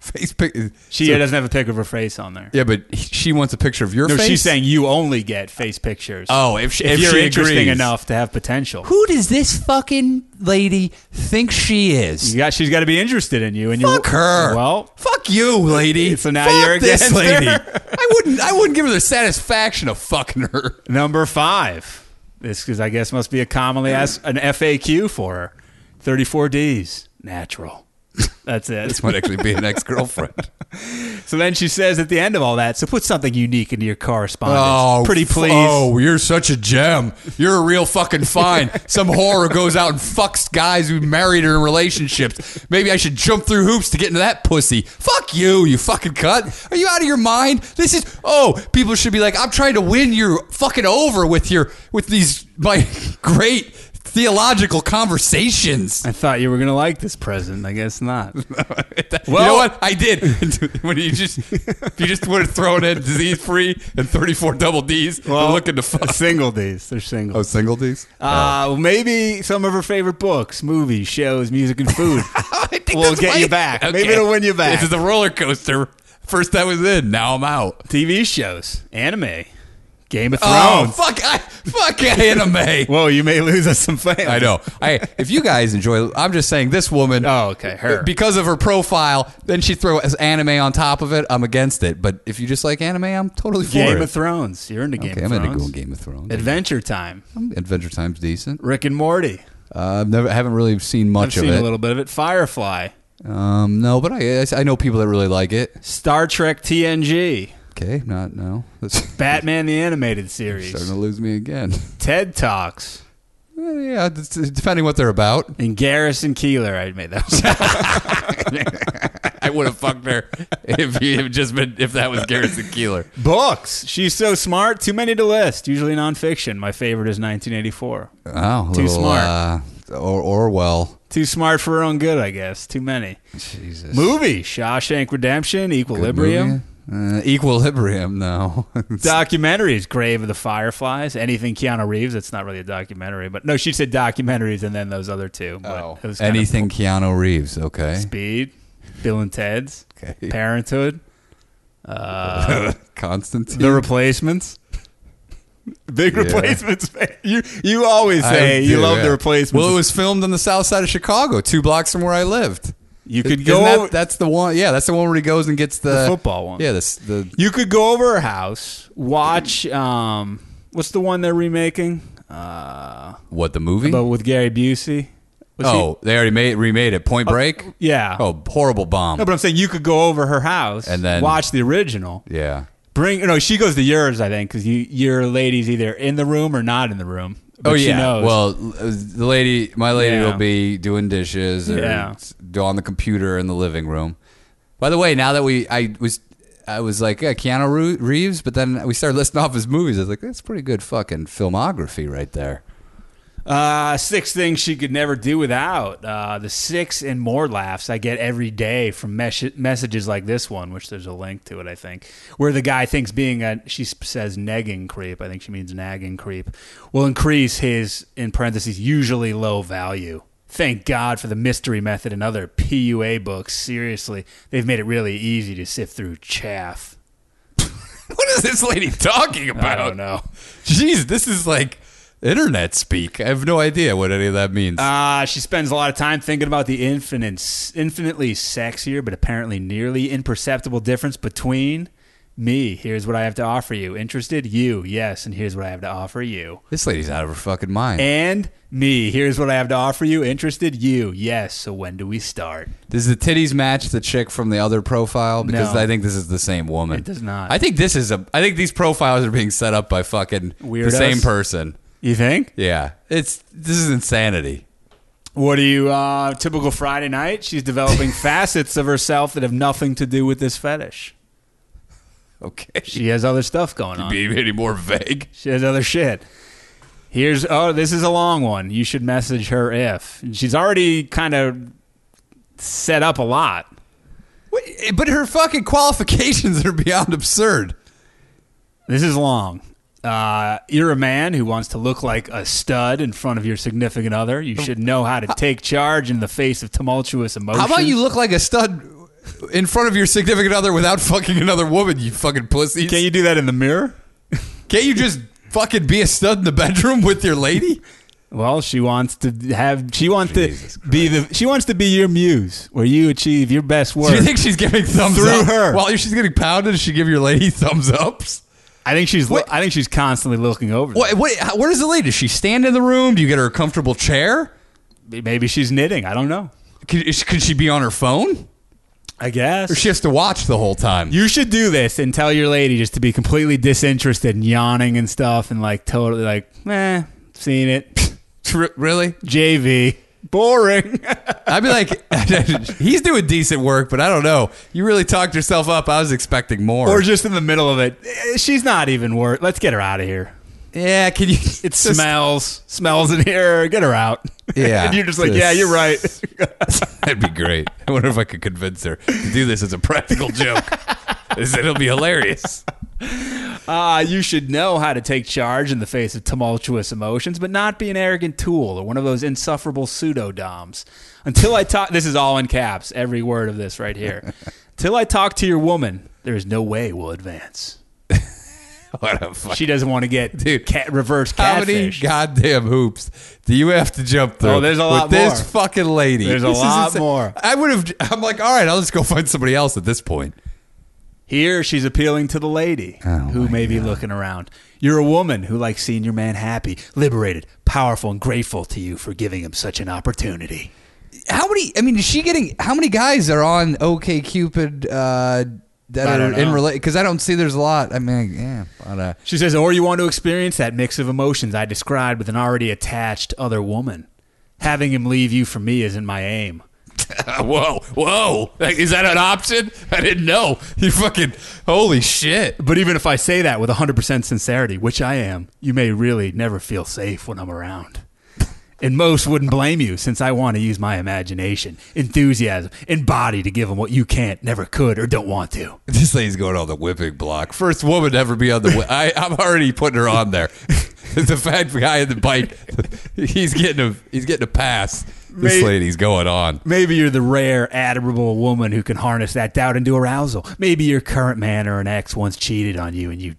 B: face pic.
A: She
B: so-
A: doesn't have a pic of her face on there.
B: yeah, but he- she wants a picture of your
A: No,
B: face.
A: she's saying you only get face pictures.
B: Oh, if she- if
A: you're
B: she
A: interesting
B: agrees.
A: enough to have potential,
B: who does this fucking lady think she is?
A: you got she's got to be interested in you. And
B: Fuck
A: you,
B: her.
A: Well,
B: fuck you, lady.
A: So now
B: Fuck
A: you're
B: this
A: against
B: lady.
A: her.
B: I wouldn't. I wouldn't give her the satisfaction of fucking her.
A: Number five. This is, I guess, must be a commonly asked an FAQ for her. Thirty-four Ds, natural. That's it.
B: This might actually be an ex-girlfriend.
A: so then she says at the end of all that, so put something unique into your correspondence.
B: Oh,
A: Pretty
B: f-
A: please.
B: Oh, you're such a gem. You're a real fucking find. Some whore who goes out and fucks guys who married her in relationships. Maybe I should jump through hoops to get into that pussy. Fuck you, you fucking cunt. Are you out of your mind? This is oh, people should be like, I'm trying to win you fucking over with your with these my great theological conversations.
A: I thought you were gonna like this present. I guess not.
B: you know
A: Well-
B: what? I did. when you just if you just would have thrown in disease free and 34 double D's, I'm looking to fuck.
A: single Ds. They're Oh, single.
B: single D's?
A: Uh, well, maybe some of her favorite books, movies, shows, music, and food. will get you back. Maybe it'll win you back.
B: This is a roller coaster. First I was in, now I'm out.
A: TV shows, anime, Game of
B: Oh,
A: Thrones.
B: fuck! I fuck anime.
A: Whoa, you may lose us some fans.
B: I know. I if you guys enjoy, I'm just saying this woman. eh,
A: Oh, okay, her.
B: Because of her profile, then she throw as anime on top of it. I'm against it. But if you just like anime, I'm totally for
A: Game
B: it.
A: of Thrones. You're into Game
B: okay,
A: of
B: I'm
A: Thrones.
B: gonna go Game of Thrones.
A: Adventure Time.
B: Adventure Time's decent.
A: Rick and Morty.
B: Uh, I've never, I haven't really seen
A: I've
B: much of
A: seen
B: it.
A: a little bit of it. Firefly.
B: Um, no, but I I know people that really like it.
A: Star Trek TNG.
B: Okay, not no. That's
A: Batman the Animated
B: starting
A: Series.
B: to lose me again.
A: TED Talks.
B: Eh, Yeah, d- d- depending what they're about.
A: And Garrison Keeler. I made that.
B: I would have fucked her if you had just been if that was Garrison Keeler.
A: Books. She's so smart. Too many to list. Usually nonfiction. My favorite is 1984.
B: Oh, a
A: Too
B: little,
A: smart.
B: Uh, or Orwell.
A: Too smart for her own good, I guess. Too many.
B: Jesus.
A: Movie. Shawshank Redemption. Equilibrium.
B: Uh, equilibrium. No.
A: Documentaries, Grave of the Fireflies, anything Keanu Reeves. It's not really a documentary, but no, she said documentaries and then those other two. But
B: Oh.
A: it was kind of
B: anything Keanu Reeves. Okay.
A: Speed, Bill and Ted's,
B: Okay.
A: Parenthood,
B: Constantine.
A: The Replacements. Big
B: Yeah.
A: Replacements. fan. You you always say
B: I
A: you
B: do,
A: love
B: yeah.
A: The Replacements.
B: Well, it was filmed on the south side of Chicago, two blocks from where I lived.
A: you could
B: Isn't
A: go.
B: that-
A: over-
B: that's the one. Yeah, that's the one where he goes and gets the,
A: The football one.
B: Yeah, this the
A: you could go over her house, watch. Um, what's the one they're remaking? Uh,
B: what the movie?
A: but with Gary Busey. Was he- Uh,
B: oh, they already made remade it. Point Break.
A: yeah.
B: Oh, horrible bomb.
A: Ah. No, but I'm saying you could go over her house
B: And then-
A: watch the original.
B: yeah.
A: Bring no, she goes to yours, I think, because you your lady's either in the room or not in the room. But
B: oh
A: she
B: yeah.
A: knows.
B: Well, the lady, my lady,
A: Yeah.
B: will be doing dishes or
A: Yeah.
B: on the computer in the living room. By the way, now that we, I was. I was like, yeah, Keanu Ru- Reeves, but then we started listing off his movies. I was like, that's pretty good fucking filmography right there.
A: uh, six things she could never do without. Uh, the six and more laughs I get every day from mes- messages like this one, which there's a link to it, I think, where the guy thinks being a she s- says negging creep. I think she means nagging creep will increase his in parentheses usually low value. Thank God for the mystery method and other PUA books. Seriously, they've made it really easy to sift through chaff.
B: What is this lady talking
A: I
B: about?
A: don't know.
B: Jeez, this is like internet speak. I have no idea what any of that means.
A: Uh, she spends a lot of time thinking about the infinite, infinitely sexier, but apparently nearly imperceptible difference between me. Here's what I have to offer you. Interested? You. Yes. And here's what I have to offer you.
B: this lady's out of her fucking mind.
A: And me. Here's what I have to offer you. Interested? You. Yes. So when do we start?
B: Does the titties match the chick from the other profile? Because
A: No.
B: I think this is the same woman.
A: It does not.
B: I think this is a. I think these profiles are being set up by fucking the
A: Weirdos.
B: same person.
A: You think?
B: Yeah, it's this is insanity.
A: What do you, uh, typical Friday night? She's developing facets of herself that have nothing to do with this fetish.
B: Okay,
A: She has other stuff going on.
B: be any more vague?
A: She has other shit. Here's oh, this is a long one. You should message her if she's already kind of set up a lot.
B: Wait, eh, But her fucking qualifications are beyond absurd.
A: This is long. Uh, you're a man who wants to look like a stud in front of your significant other. You should know how to take charge in the face of tumultuous emotions.
B: How about you look like a stud in front of your significant other without fucking another woman, you fucking pussies.
A: Can't you do that in the mirror?
B: Can't you just fucking be a stud in the bedroom with your lady?
A: Well, she wants to have. She wants to be the. She wants to be your muse, where you achieve your best work.
B: Do you think she's giving thumbs
A: Through
B: up?
A: her.
B: While she's getting pounded, does she give your lady thumbs ups?
A: I think she's. Lo-
B: What-
A: I think she's constantly looking over.
B: What, what, how, where does the lady? Does she stand in the room? Do you get her a comfortable chair?
A: them. Maybe she's knitting. I don't know.
B: Could, is- could she be on her phone?
A: I guess.
B: Or she has to watch the whole time?
A: you should do this and tell your lady just to be completely disinterested and yawning and stuff and like totally like, eh, seen it.
B: Tr- really?
A: JV. Boring.
B: I'd be like, he's doing decent work, but I don't know. You really talked yourself up. I was expecting more.
A: or just in the middle of it. "Eh, She's not even worth. Let's get her out of here.
B: yeah, can you?
A: It smells. Smells in here. Get her out.
B: Yeah.
A: and you're just like, yeah, you're right.
B: That'd be great. I wonder if I could convince her to do this as a practical joke. I said It'll be hilarious.
A: Uh, you should know how to take charge in the face of tumultuous emotions, but not be an arrogant tool or one of those insufferable pseudo doms. Until I talk, this is all in caps, every word of this right here. Until I talk to your woman, there is no way we'll advance.
B: What a fuck.
A: She doesn't want to get
B: Dude,
A: cat, reverse
B: How many
A: catfish.
B: goddamn hoops do you have to jump through?
A: Oh, there's a lot
B: with this
A: more.
B: fucking lady.
A: There's a
B: This is
A: lot
B: insane.
A: more.
B: I would have. I'm like, all right, I'll just go find somebody else at this point.
A: Here, she's appealing to the lady
B: Oh
A: who may be looking around. You're a woman who likes seeing your man happy, liberated, powerful, and grateful to you for giving him such an opportunity.
B: How many? I mean, is she getting? How many guys are on OK Cupid uh, that
A: I
B: are
A: don't
B: in
A: know.
B: relate? Because I don't see there's a lot. I mean, yeah, but, uh,
A: She says, or you want to experience that mix of emotions I described with an already attached other woman. Having him leave you for me isn't my aim.
B: whoa, whoa, is that an option? I didn't know. You fucking holy shit.
A: But even if I say that with 100% sincerity, which I am, you may really never feel safe when I'm around. And most wouldn't blame you since I want to use my imagination, enthusiasm, and body to give him what you can't, never could, or don't want to.
B: This lady's going on the whipping block. First woman to ever be on the. whi- I, I'm already putting her on there. the fat guy in the bike, he's getting a he's getting a pass. This
A: Mate.
B: lady's going on.
A: Maybe you're the rare, admirable woman who can harness that doubt into arousal. Maybe your current man or an ex once cheated on you and you,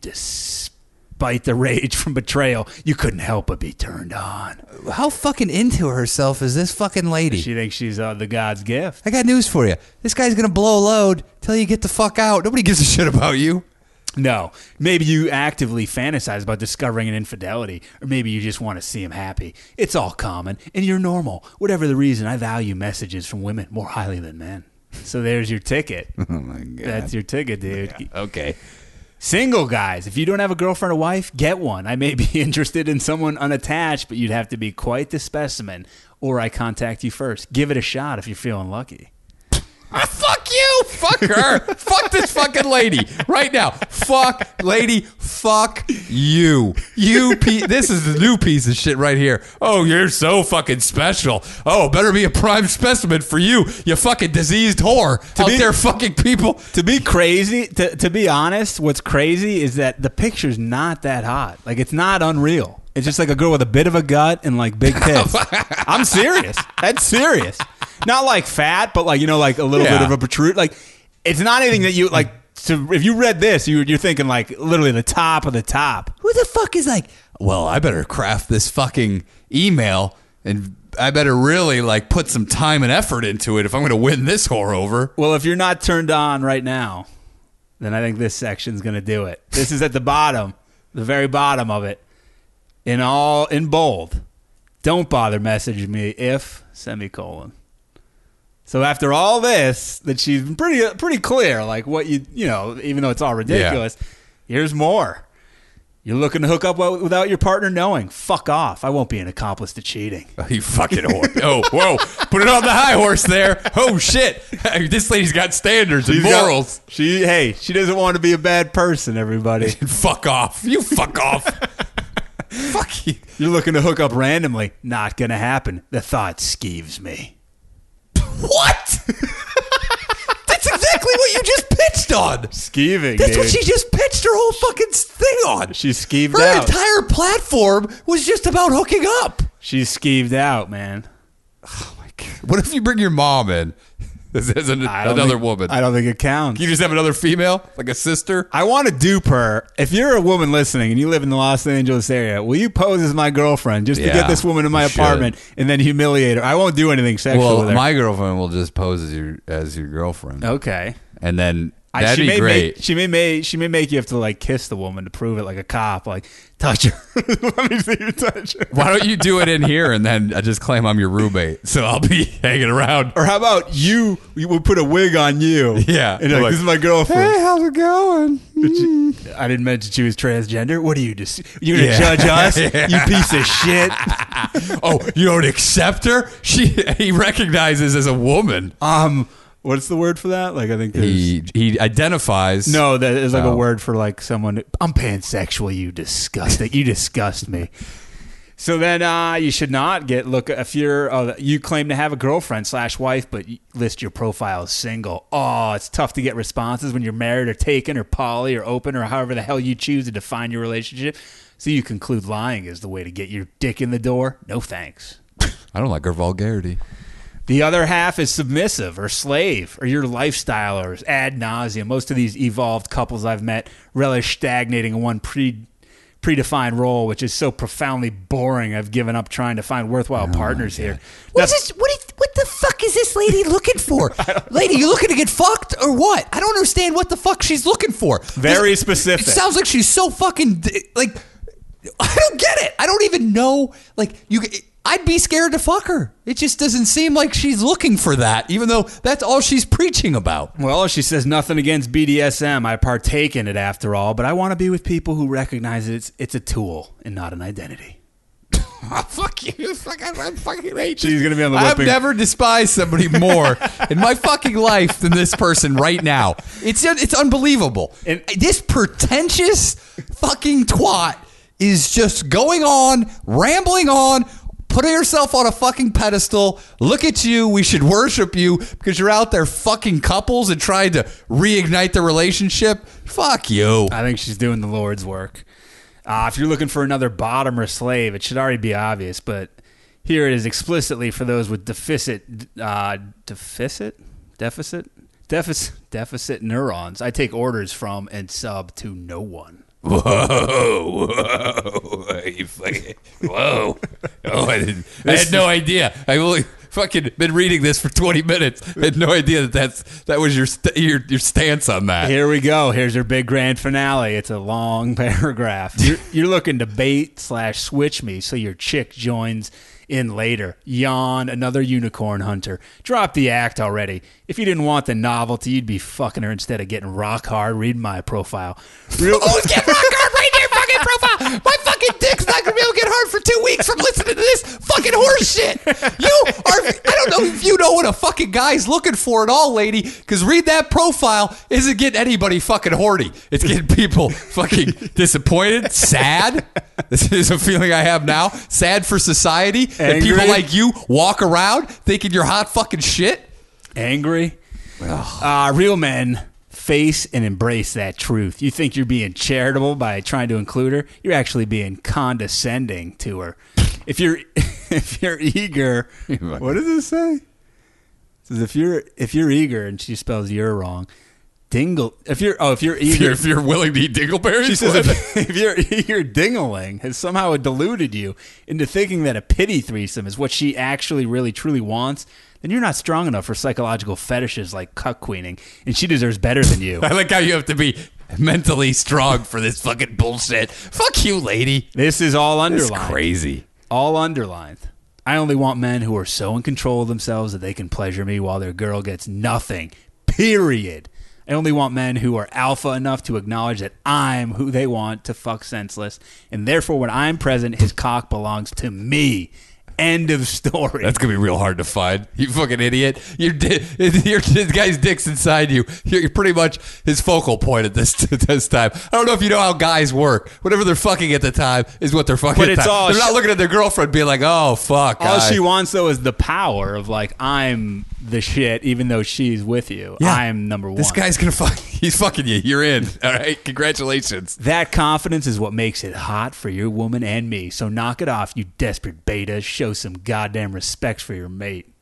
A: despite the rage from betrayal, you couldn't help but be turned on.
B: How fucking into herself is this fucking lady?
A: She thinks she's uh, the God's gift.
B: I got news for you. This guy's gonna blow load till you get the fuck out. Nobody gives a shit about you.
A: No. Maybe you actively fantasize about discovering an infidelity, or maybe you just want to see him happy. It's all common, and you're normal. Whatever the reason, I value messages from women more highly than men. So there's your ticket.
B: Oh my god.
A: That's your ticket, dude.
B: okay.
A: Single guys, if you don't have a girlfriend or wife, get one. I may be interested in someone unattached, but you'd have to be quite the specimen, or I contact you first. Give it a shot if you're feeling lucky.
B: Ah, fuck you. Fuck her. fuck this fucking lady right now. Fuck lady. Fuck you. You. Pe- this is the new piece of shit right here. Oh, you're so fucking special. Oh, better be a prime specimen for you. You fucking diseased whore out
A: be-
B: there fucking people.
A: To be crazy, to, to be honest, what's crazy is that the picture's not that hot. Like, it's not unreal. It's just like a girl with a bit of a gut and like big tits. I'm serious. That's serious. Not like fat, but like, you know, like a little
B: Yeah.
A: bit of a protrude. Like, it's not anything that you like. So if you read this, you, you're thinking like literally the top of the top.
B: Who the fuck is like? Well, I better craft this fucking email and. I better really like put some time and effort into it if I'm going to win this whore over.
A: Well, if you're not turned on right now, then I think this section's going to do it. This is at the bottom, the very bottom of it, in all in bold. Don't bother messaging me if semicolon. So after all this, that she's been pretty pretty clear, like what you you know, even though it's all ridiculous. Here's more. You're looking to hook up wi- without your partner knowing. Fuck off. I won't be an accomplice to cheating.
B: Oh, you fucking whore. Oh, whoa. Put it on the high horse there. Oh, shit. This lady's got standards and
A: She's got-
B: morals.
A: she hey, she doesn't want to be a bad person, everybody.
B: fuck off. You fuck off. fuck you.
A: You're looking to hook up randomly. Not gonna happen. The thought skeeves me.
B: What? That's exactly what you just pitched on.
A: Skeeving.
B: That's what she just pitched her whole fucking thing on.
A: She's skeeved
B: Her
A: out.
B: entire platform was just about hooking up.
A: She's skeeved out, man.
B: What if you bring your mom in?
G: This isn't
A: I don't
G: another
A: think-
G: woman.
A: I don't think it counts.
G: you just have another female, like a sister.
A: I want to dupe her. If you're a woman listening and you live in the Los Angeles area, will you pose as my girlfriend just to
G: Yeah,
A: get this woman in my
G: you should.
A: apartment and then humiliate her? I won't do anything sexual
G: Well,
A: with her.
G: my girlfriend will just pose as your as your girlfriend,
A: okay.
G: and then
A: I-
G: that'd
A: she
G: be
A: may
G: great.
A: Make, she may, may she may make you have to like kiss the woman to prove it, like a cop. Like touch her. Let me see you touch her.
G: Why don't you do it in here, and then I just claim I'm your roommate, so I'll be hanging around.
A: Or how about you? We would put a wig on you.
G: Yeah.
A: and you're like,
G: Like,
A: this is my girlfriend.
G: how's it going? Hmm.
A: I didn't mention she was transgender. What are you? Just you're gonna
G: Yeah.
A: judge us?
G: Yeah.
A: You piece of shit.
G: Oh, you don't accept her? She he recognizes as a woman.
B: Uh,
A: Um, what's the word for that? Like I think there's
G: He he identifies.
A: no. That is like a
G: Oh.
A: word for like someone. I'm pansexual. You disgust it. You disgust me. So then, uh, you should not get look if you're uh, you claim to have a girlfriend slash wife, but you list your profile as single. Oh, it's tough to get responses when you're married or taken or poly or open or however the hell you choose to define your relationship. So you conclude lying is the way to get your dick in the door. No thanks.
G: I don't like her vulgarity.
A: The other half is submissive or slave or your lifestyle or is ad nauseum. Most of these evolved couples I've met relish stagnating in one pre predefined role, which is so profoundly boring. I've given up trying to find
G: Oh,
A: worthwhile partners here.
B: What's
A: That's-
B: this, what, is, what the fuck is this lady looking for? lady, you looking to get fucked or what? I don't understand what the fuck she's looking for.
A: Very
B: This-
A: specific.
B: It sounds like she's so fucking d- like. I don't get it. I don't even know. Like you, I'd be scared to fuck her. It just doesn't seem like she's looking for that, even though that's all she's preaching about.
A: Well, she says nothing against BDSM. I partake in it after all, but I want to be with people who recognize it's it's a tool and not an identity.
G: fuck you. Fuck, I, I fucking hate
A: She's
G: you.
A: gonna be on the
G: I've
A: whipping-
G: never despised somebody more in my fucking life than this person right now. It's it's unbelievable.
A: And-
G: this pretentious fucking twat is just going on, rambling on, putting herself on a fucking pedestal. Look at you. We should worship you because you're out there fucking couples and trying to reignite the relationship. Fuck you.
A: I think she's doing the Lord's work. Uh, if you're looking for another bottom or slave, it should already be obvious, but here it is explicitly for those with deficit, uh, deficit, deficit, deficit, deficit neurons. I take orders from and sub to no one.
G: Whoa, whoa, you fucking, whoa. Oh, I, didn't, I had no idea. I only fucking been reading this for 20 minutes. I had no idea that that's, that was your, st- your, your stance on that.
A: Here we go. Here's your big grand finale. It's a long paragraph. You're, you're looking to bait slash switch me so your chick joins in later. Yawn, another unicorn hunter. Drop the act already. If you didn't want the novelty, you'd be fucking her instead of getting rock hard. Read my profile. Real-
G: Who's getting rock hard right in your fucking profile? My fucking dick's not gonna be able to get hard for two weeks from listening to this fucking horse shit. You are, I don't know if you know what a fucking guy's looking for at all, lady, because read that profile isn't getting anybody fucking horny. It's getting people fucking disappointed, sad. This is a feeling I have now. Sad for society. And people
A: Angry.
G: like you walk around thinking you're hot fucking shit.
A: angry. Uh, real men face and embrace that truth. You think you're being charitable by trying to include her. You're actually being condescending to her. If you're if you're eager, what does it say? It says if you're if you're eager and she spells you're wrong, dingle. If you're oh if you're
G: If you're,
A: eager,
G: if you're willing to eat dingleberries,
A: she says
G: what?
A: if, if your eager dingling has somehow deluded you into thinking that a pity threesome is what she actually really truly wants, then you're not strong enough for psychological fetishes like cuck queening, and she deserves better than you.
G: I like how you have to be mentally strong for this fucking bullshit. Fuck you, lady.
A: this is all
G: It's
A: underlined.
G: crazy.
A: All underlined. I only want men who are so in control of themselves that they can pleasure me while their girl gets nothing. Period. I only want men who are alpha enough to acknowledge that I'm who they want to fuck senseless, and therefore when I'm present, his cock belongs to me. End of story.
G: That's gonna be real hard to find. You fucking idiot. Your di- your this guy's dick's inside you. You're pretty much his focal point at this this time. I don't know if you know how guys work. Whatever they're fucking at the time is what they're fucking.
A: But
G: at
A: it's
G: the time.
A: all
G: They're not
A: sh-
G: looking at their girlfriend, being like, "Oh fuck."
A: All
G: I-
A: she wants though is the power of like I'm the shit, even though she's with you.
G: Yeah.
A: I'm number one.
G: This guy's gonna fuck. He's fucking you. You're in. All right. Congratulations.
A: That confidence is what makes it hot for your woman and me. So knock it off, you desperate beta. Show some goddamn respect for your mate.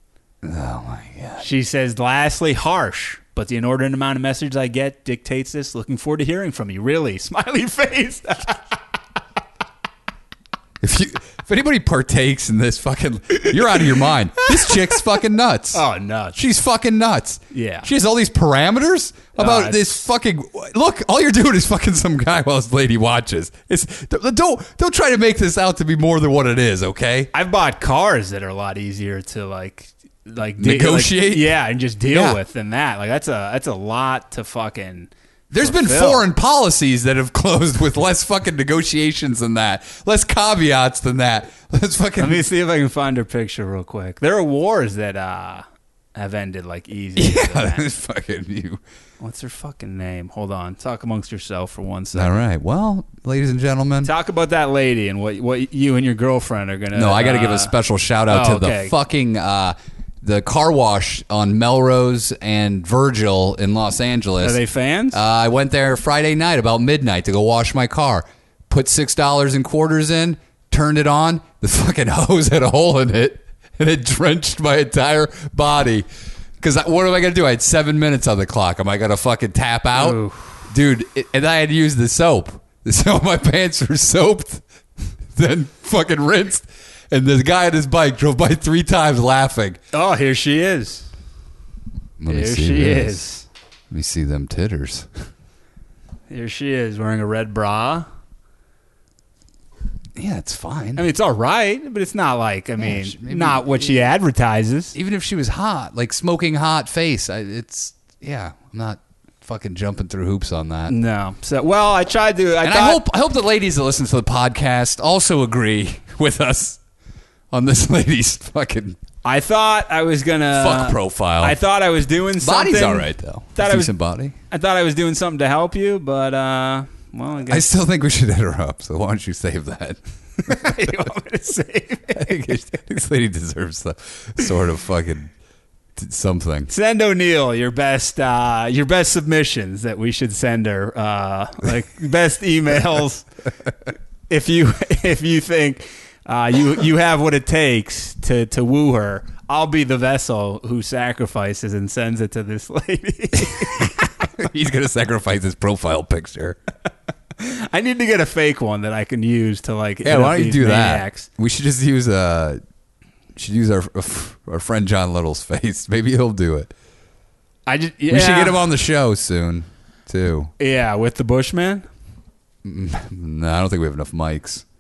G: Oh,
A: She says, lastly, harsh, but the inordinate amount of messages I get dictates this. Looking forward to hearing from you. Really, smiley face.
G: If you, if anybody partakes in this fucking, you're out of your mind. This chick's fucking nuts.
A: oh, no. She,
G: She's fucking nuts.
A: Yeah. Oh,
G: She has all these parameters about
A: it's-
G: this fucking. Look, all you're doing is fucking some guy while his lady watches. It's don't don't try to make this out to be more than what it is. Okay.
A: I've bought cars that are a lot easier to like. Like de-
G: Negotiate?
A: like, yeah, and just deal
G: Yeah.
A: with than that. Like that's a that's a lot to fucking.
G: There's been
A: fulfill.
G: foreign policies that have closed with less fucking negotiations than that, less caveats than that. Let's fucking.
A: Let me see if I can find her picture real quick. There are wars that uh have ended like easy.
G: yeah, this fucking you.
A: What's her fucking name? Hold on. Talk amongst yourself for one second.
G: All right. Well, ladies and gentlemen.
A: Talk about that lady and what what you and your girlfriend are gonna.
G: No, I got to
A: uh,
G: give a special shout out
A: oh,
G: to
A: okay.
G: the fucking uh, the car wash on Melrose and Virgil in Los Angeles.
A: Are they fans?
G: Uh, I went there Friday night about midnight to go wash my car. Put six dollars in quarters in. Turned it on. The fucking hose had a hole in it, and it drenched my entire body. Because what am I gonna do? I had seven minutes on the clock. Am I gonna fucking tap out, dude? It, and I had used the soap. So my pants were soaped, then fucking rinsed. And the guy on his bike drove by three times laughing.
A: oh, here she is.
G: Let
A: Here she
G: this.
A: is.
G: Let me see them titters.
A: Here she is wearing a red bra.
G: Yeah, it's fine.
A: I mean, it's all right, but it's not like I mean,
G: sh- maybe-
A: not what she advertises.
G: even if she was hot, like smoking hot face, I, it's yeah, I'm not fucking jumping through hoops on that.
A: No. So, well, I tried to. I
G: And
A: thought-
G: I hope I hope the ladies that listen to the podcast also agree with us on this lady's fucking
A: I thought I was gonna
G: Fuck profile.
A: I thought I was doing something.
G: body's all right though.
A: Thought I was,
G: Decent body.
A: I thought I was doing something to help you, but uh, well, I
G: I
A: guess
G: still think we should hit her up. So why don't you save that?
A: you want me to save
G: I
A: it.
G: think this lady deserves the sort of fucking t- something.
A: Send O'Neill your best uh, your best submissions that we should send her, uh, like best emails. if you if you think uh, you you have what it takes to to woo her, I'll be the vessel who sacrifices and sends it to this lady.
G: He's gonna sacrifice his profile picture.
A: I need to get a fake one that I can use to like.
G: Yeah,
A: hit
G: why
A: up
G: don't you
A: these
G: do
A: maniacs.
G: that? We should just use uh should use our our friend John Little's face. Maybe he'll do it.
A: I just yeah.
G: We should get him on the show soon too.
A: Yeah, with the Bushman.
G: No, I don't think we have enough mics.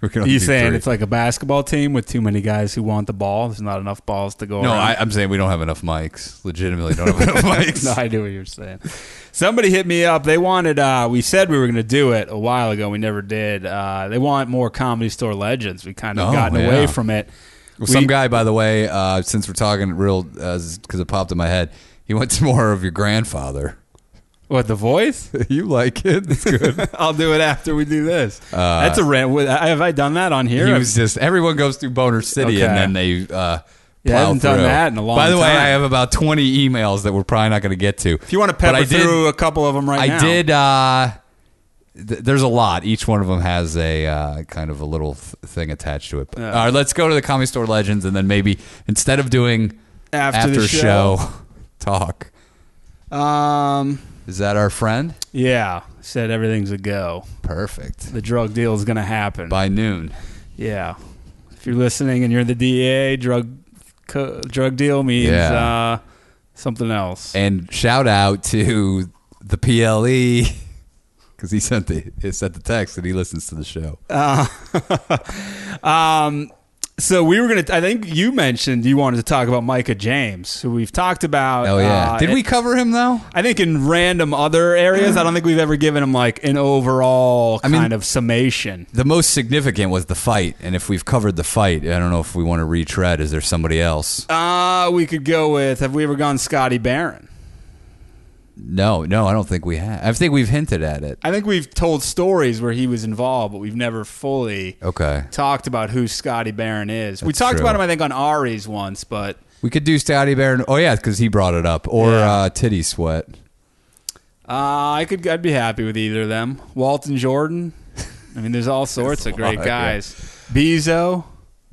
G: We can only
A: You
G: do
A: saying
G: three.
A: it's like a basketball team with too many guys who want the ball? There's not enough balls to go
G: no?
A: around.
G: I, I'm saying we don't have enough mics. Legitimately, don't have enough mics.
A: no, I do what you're saying. Somebody hit me up. They wanted. Uh, we said we were going to do it a while ago. We never did. Uh, they want more comedy store legends. We kind of
G: Oh,
A: gotten
G: yeah.
A: away from it.
G: Well, some
A: We-
G: guy, by the way, uh, since we're talking real, because it popped in my head, he wants more of your grandfather.
A: What the voice?
G: you like it? It's good.
A: I'll do it after we do this. That's a rant. Wa- I- Have I done that on here?
G: Uh, He was just everyone goes through Boner City
A: Okay.
G: and then they uh,
A: Yeah, I
G: plow
A: haven't done
G: through.
A: that in a long
G: By the way,
A: time.
G: I have about twenty emails that we're probably not going to get to.
A: if you want to
G: But I
A: pepper
G: did-
A: through a couple of them right
G: I
A: now,
G: did. Uh, th- there's a lot. Each one of them has a uh, kind of a little th- thing attached to it. But, All right, let's go to the Comedy Store Legends and then maybe instead of doing
A: After the
G: show. talk,
A: Um,
G: is that our friend?
A: yeah, said everything's a go.
G: Perfect.
A: The drug deal is going to happen.
G: By noon.
A: Yeah. If you're listening and you're the DEA, drug co- drug deal means uh,
G: Yeah.
A: something else.
G: And shout out to the PLE because he sent the he sent the text and he listens to the show.
A: Um, so we were gonna. I think you mentioned you wanted to talk about Micah James, who we've talked about.
G: oh yeah,
A: uh,
G: did we cover him though?
A: I think in random other areas, I don't think we've ever given him like an overall
G: I mean-
A: kind of summation.
G: The most significant was the fight, and if we've covered the fight, I don't know if we want to retread. Is there somebody else?
A: Uh, we could go with. Have we ever gone Scotty Barron?
G: No, no, I don't think we have. I think we've hinted at it.
A: I think we've told stories where he was involved, but we've never fully
G: Okay,
A: talked about who Scotty Barron is. we
G: That's
A: talked
G: true.
A: about him, I think, on Ari's once, but
G: we could do Stouty Bear. And, oh yeah, because he brought it up, or
A: Yeah.
G: uh, Titty Sweat.
A: uh, I could I'd be happy with either of them. Walton Jordan. I mean, there's all sorts of
G: a
A: great
G: lot,
A: guys. Bezo.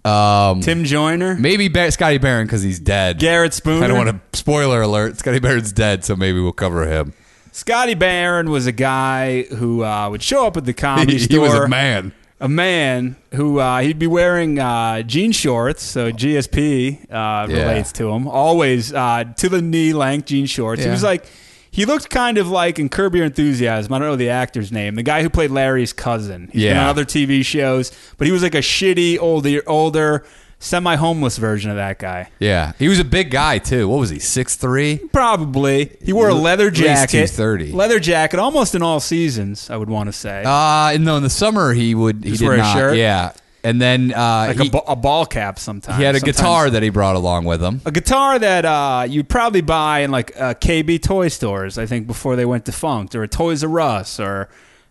G: Um,
A: Tim Joyner,
G: maybe Bar- Scotty Barron because he's dead.
A: Garrett Spooner.
G: I don't want to. Spoiler alert: Scotty Barron's dead, so maybe we'll cover him.
A: Scotty Barron was a guy who uh, would show up at the comedy
G: He,
A: store.
G: he was a man.
A: a man who uh, he'd be wearing uh, jean shorts, so GSP uh, relates to him. Always uh, to the knee length jean shorts. He
G: Yeah.
A: was like, he looked kind of like in Curb Your Enthusiasm. I don't know the actor's name. The guy who played Larry's cousin. He's been
G: Yeah.
A: on other TV shows, but he was like a shitty older, older, semi homeless version of that guy.
G: Yeah, he was a big guy too. What was he? Six three.
A: Probably. He wore a leather
G: At least
A: jacket.
G: 230.
A: Leather jacket, almost in all seasons. I would want to say
G: Uh no, in the summer he would. He
A: Just
G: did
A: wear a
G: not-
A: shirt?
G: Yeah, and then uh,
A: like
G: he,
A: a, ba- a ball cap. Sometimes
G: he had a
A: Sometimes-
G: guitar that he brought along with him.
A: a guitar that uh, you'd probably buy in like uh, KB toy stores, I think, before they went defunct, or Toys R Us, or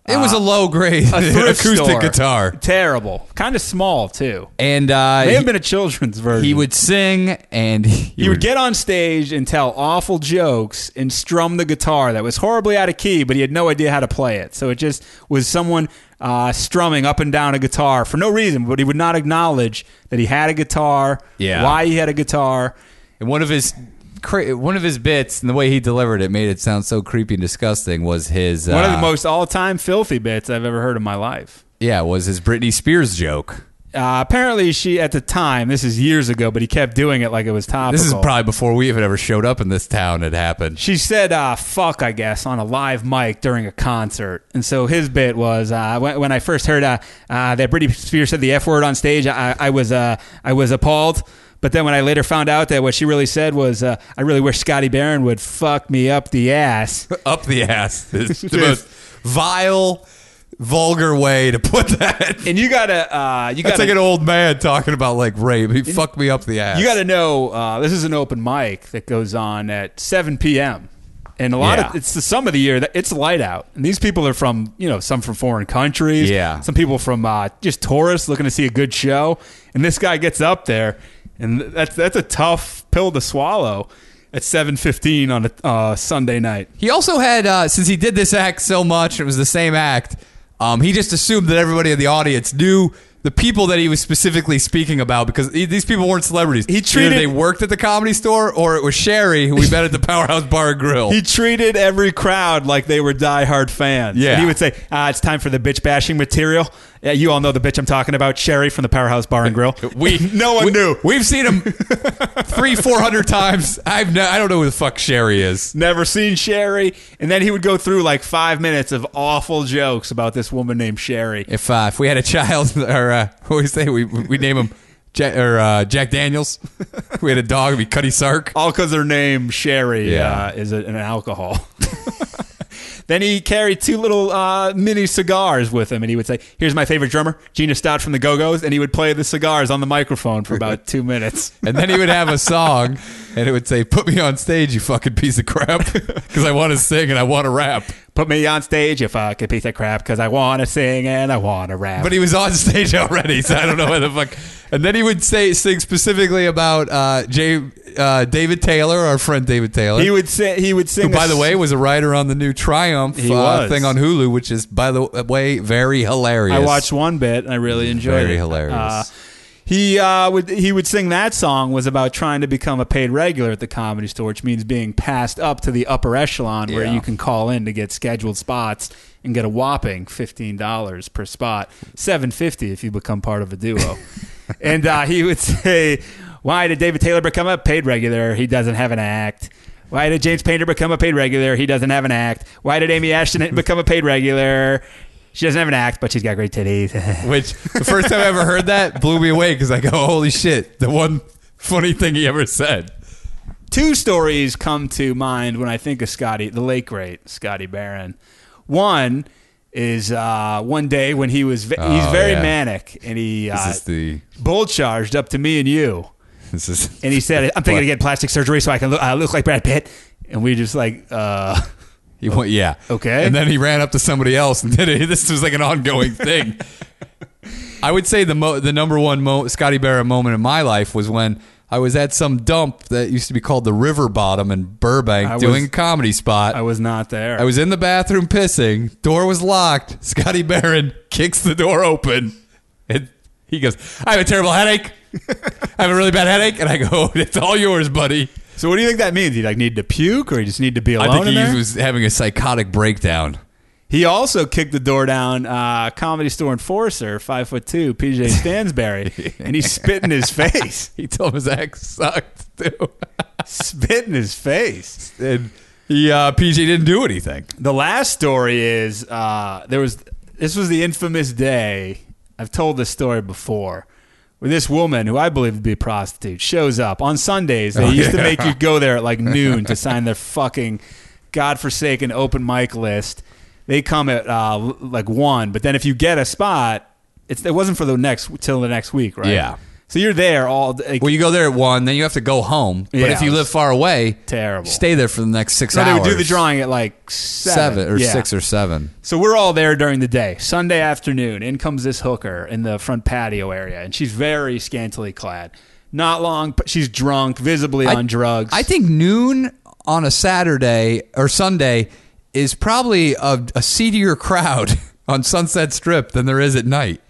G: It was a low grade
A: a thrift
G: acoustic
A: store.
G: guitar,
A: Terrible, kind of small too.
G: and uh,
A: May
G: he,
A: have been a children's version.
G: he would sing and he,
A: He would get on stage and tell awful jokes and strum the guitar that was horribly out of key, but he had no idea how to play it. So it just was someone uh, strumming up and down a guitar for no reason, but he would not acknowledge that he had a guitar,
G: Yeah.
A: why he had a guitar.
G: And one of his cra- one of his bits and the way he delivered it made it sound so creepy and disgusting was his uh,
A: One of the most all time filthy bits I've ever heard in my life.
G: yeah was his Britney Spears joke.
A: Uh, apparently, she at the time. This is years ago, but he kept doing it like it was topical.
G: This is probably before we even ever showed up in this town. It happened.
A: She said uh, "fuck," I guess, on a live mic during a concert, and so his bit was uh, when, when I first heard uh, uh, that Britney Spears said the f word on stage. I, I was uh, I was appalled, but then when I later found out that what she really said was, uh, "I really wish Scotty Barron would fuck me up the ass."
G: Up the ass. It's the most vile, vulgar way to put that.
A: And you gotta uh, you
G: That's
A: gotta
G: like an old man talking about like rape. He fucked me up the ass.
A: You got to know uh, this is an open mic that goes on at 7 p.m. And a lot of
G: Yeah.
A: it's the sum of the year that it's light out, and these people are from you know some from foreign countries,
G: Yeah.
A: Some people from uh, just tourists looking to see a good show, and this guy gets up there, and that's that's a tough pill to swallow at 7:15 on a uh, Sunday night.
G: He also had uh, since he did this act so much, it was the same act. Um, he just assumed that everybody in the audience knew the people that he was specifically speaking about because he- these people weren't celebrities. He
A: treated-
G: they worked at the comedy store or it was Sherry who we met at the Powerhouse Bar and Grill.
A: He treated every crowd like they were diehard fans.
G: Yeah.
A: And he would say, ah, it's time for the bitch bashing material. Yeah, you all know the bitch I'm talking about, Sherry from the Powerhouse Bar and Grill.
G: we
A: no one
G: we-
A: knew.
G: We've seen him three, four hundred times. I've no, I don't know who the fuck Sherry is.
A: Never seen Sherry. And then he would go through like five minutes of awful jokes about this woman named Sherry.
G: If uh, if we had a child, or uh, what do we say, we we name him Jack, or uh, Jack Daniels. If we had a dog, it'd be Cuddy Sark.
A: All because her name, Sherry,
G: Yeah.
A: uh, is a, an alcohol. then he carried two little uh, mini cigars with him, and he would say, Here's my favorite drummer, Gina Stott from the Go Go's. And he would play the cigars on the microphone for about two minutes.
G: And then he would have a song, and it would say, "Put me on stage, you fucking piece of crap," because I want to sing and I want to rap.
A: Put me on stage, you fucking piece of crap, because I want to sing and I want to rap.
G: But he was on stage already, so I don't know why the fuck. And then he would say sing specifically about uh, Jay, uh, David Taylor, our friend David Taylor.
A: he would sing. He would sing.
G: who, by
A: a
G: the way, was a writer on the new Triumph
A: He
G: uh,
A: was.
G: thing on Hulu, which is, by the way, very hilarious.
A: I watched one bit and I really enjoyed it.
G: Very hilarious.
A: Uh, he uh, would he would sing that song was about trying to become a paid regular at the comedy store, which means being passed up to the upper echelon where
G: Yeah.
A: you can call in to get scheduled spots and get a whopping fifteen dollars per spot, seven fifty if you become part of a duo. and uh, he would say, "Why did David Taylor become a paid regular? He doesn't have an act." Why did James Painter become a paid regular? He doesn't have an act. Why did Amy Ashton become a paid regular? She doesn't have an act, but she's got great titties.
G: Which the first time I ever heard that blew me away because I go, "Holy shit!" The one funny thing he ever said.
A: two stories come to mind when I think of Scotty, the late great Scotty Barron. One is uh, one day when he was ve- he's
G: Oh,
A: very
G: yeah.
A: manic and he uh,
G: This is the.
A: bull charged up to me and you,
G: This is.
A: and he said, "I'm thinking of getting plastic surgery so I can look, I look like Brad Pitt," and we just like. Uh,
G: He went, yeah.
A: Okay.
G: And then he ran up to somebody else and did it. This was like an ongoing thing. I would say the mo- the number one mo- Scotty Barrett moment in my life was when I was at some dump that used to be called the River Bottom in Burbank
A: I was-
G: doing a comedy spot.
A: I was not there.
G: I was in the bathroom pissing. Door was locked. Scotty Barron kicks the door open and He goes, I have a terrible headache. I have a really bad headache. And I go, It's all yours, buddy.
A: So what do you think that means? He like need to puke, or he just need to be alone
G: I think
A: in
G: he
A: there?
G: was having a psychotic breakdown.
A: He also kicked the door down uh, comedy store enforcer, five foot two, PJ Stansberry, and he spit in his face.
G: He told him his ex sucked, too.
A: spit in his face.
G: and he, uh, PJ didn't do anything.
A: The last story is uh, there was this was the infamous day. I've told this story before. Where this woman, who I believe to be a prostitute, shows up on Sundays.
G: Oh,
A: They used to make you go there at like noon to sign their fucking godforsaken open mic list. They come at uh, l- like one, but then if you get a spot, it's it wasn't for the next till the next week, right?
G: Yeah.
A: So you're there all day.
G: Well, you go there at one, then you have to go home. But
A: Yeah,
G: if you
A: it was
G: live far away,
A: terrible.
G: Stay there for the next six
A: so they
G: hours.
A: would do the drawing at like seven,
G: seven or
A: Yeah.
G: six or seven.
A: So we're all there during the day. Sunday afternoon, in comes this hooker in the front patio area, and she's very scantily clad. Not long, but she's drunk, visibly on drugs.
G: I think noon on a Saturday or Sunday is probably a, a seedier crowd on Sunset Strip than there is at night.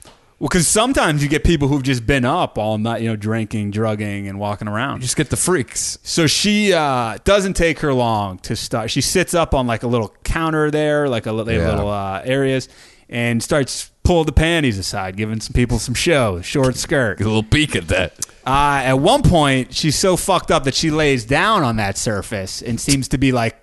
A: because sometimes you get people who've just been up all night, you know, drinking, drugging, and walking around.
G: You just get the freaks.
A: So she uh, doesn't take her long to start. She sits up on like a little counter there, like a li- they have
G: Yeah.
A: little uh, areas, and starts pulling the panties aside, giving some people some show. Short skirt.
G: Get a little peek at that.
A: Uh, at one point, she's so fucked up that she lays down on that surface and seems to be like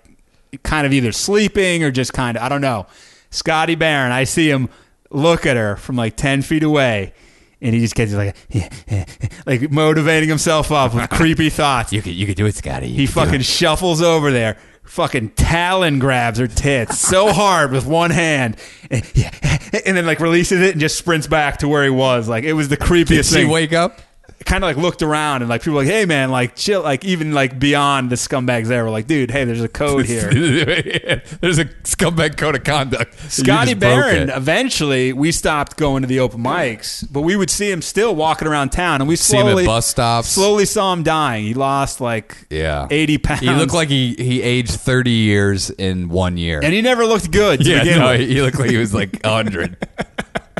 A: kind of either sleeping or just kind of, I don't know. Scotty Barron, I see him look at her from like 10 feet away. And he just gets like, like motivating himself up with creepy thoughts.
G: You could you could do it, Scotty.
A: He fucking shuffles over there, fucking talon grabs her tits so hard with one hand, and then like releases it and just sprints back to where he was. Like it was the creepiest
G: Did she
A: thing
G: wake up?
A: kind of like looked around and like people were like, hey man, like chill, like even like beyond the scumbags there were like, dude, hey, there's a code here.
G: There's a scumbag code of conduct. You
A: Scotty
G: just broke
A: Barron. uh,
G: it.
A: Eventually, we stopped going to the open mics, but we would see him still walking around town, and we
G: him at
A: slowly
G: bus stops.
A: Slowly saw him dying. He lost like
G: Yeah.
A: eighty pounds.
G: He looked like he, he aged 30 years in one year.
A: and he never looked good. To
G: yeah,
A: begin
G: no,
A: with.
G: he looked like he was like 100.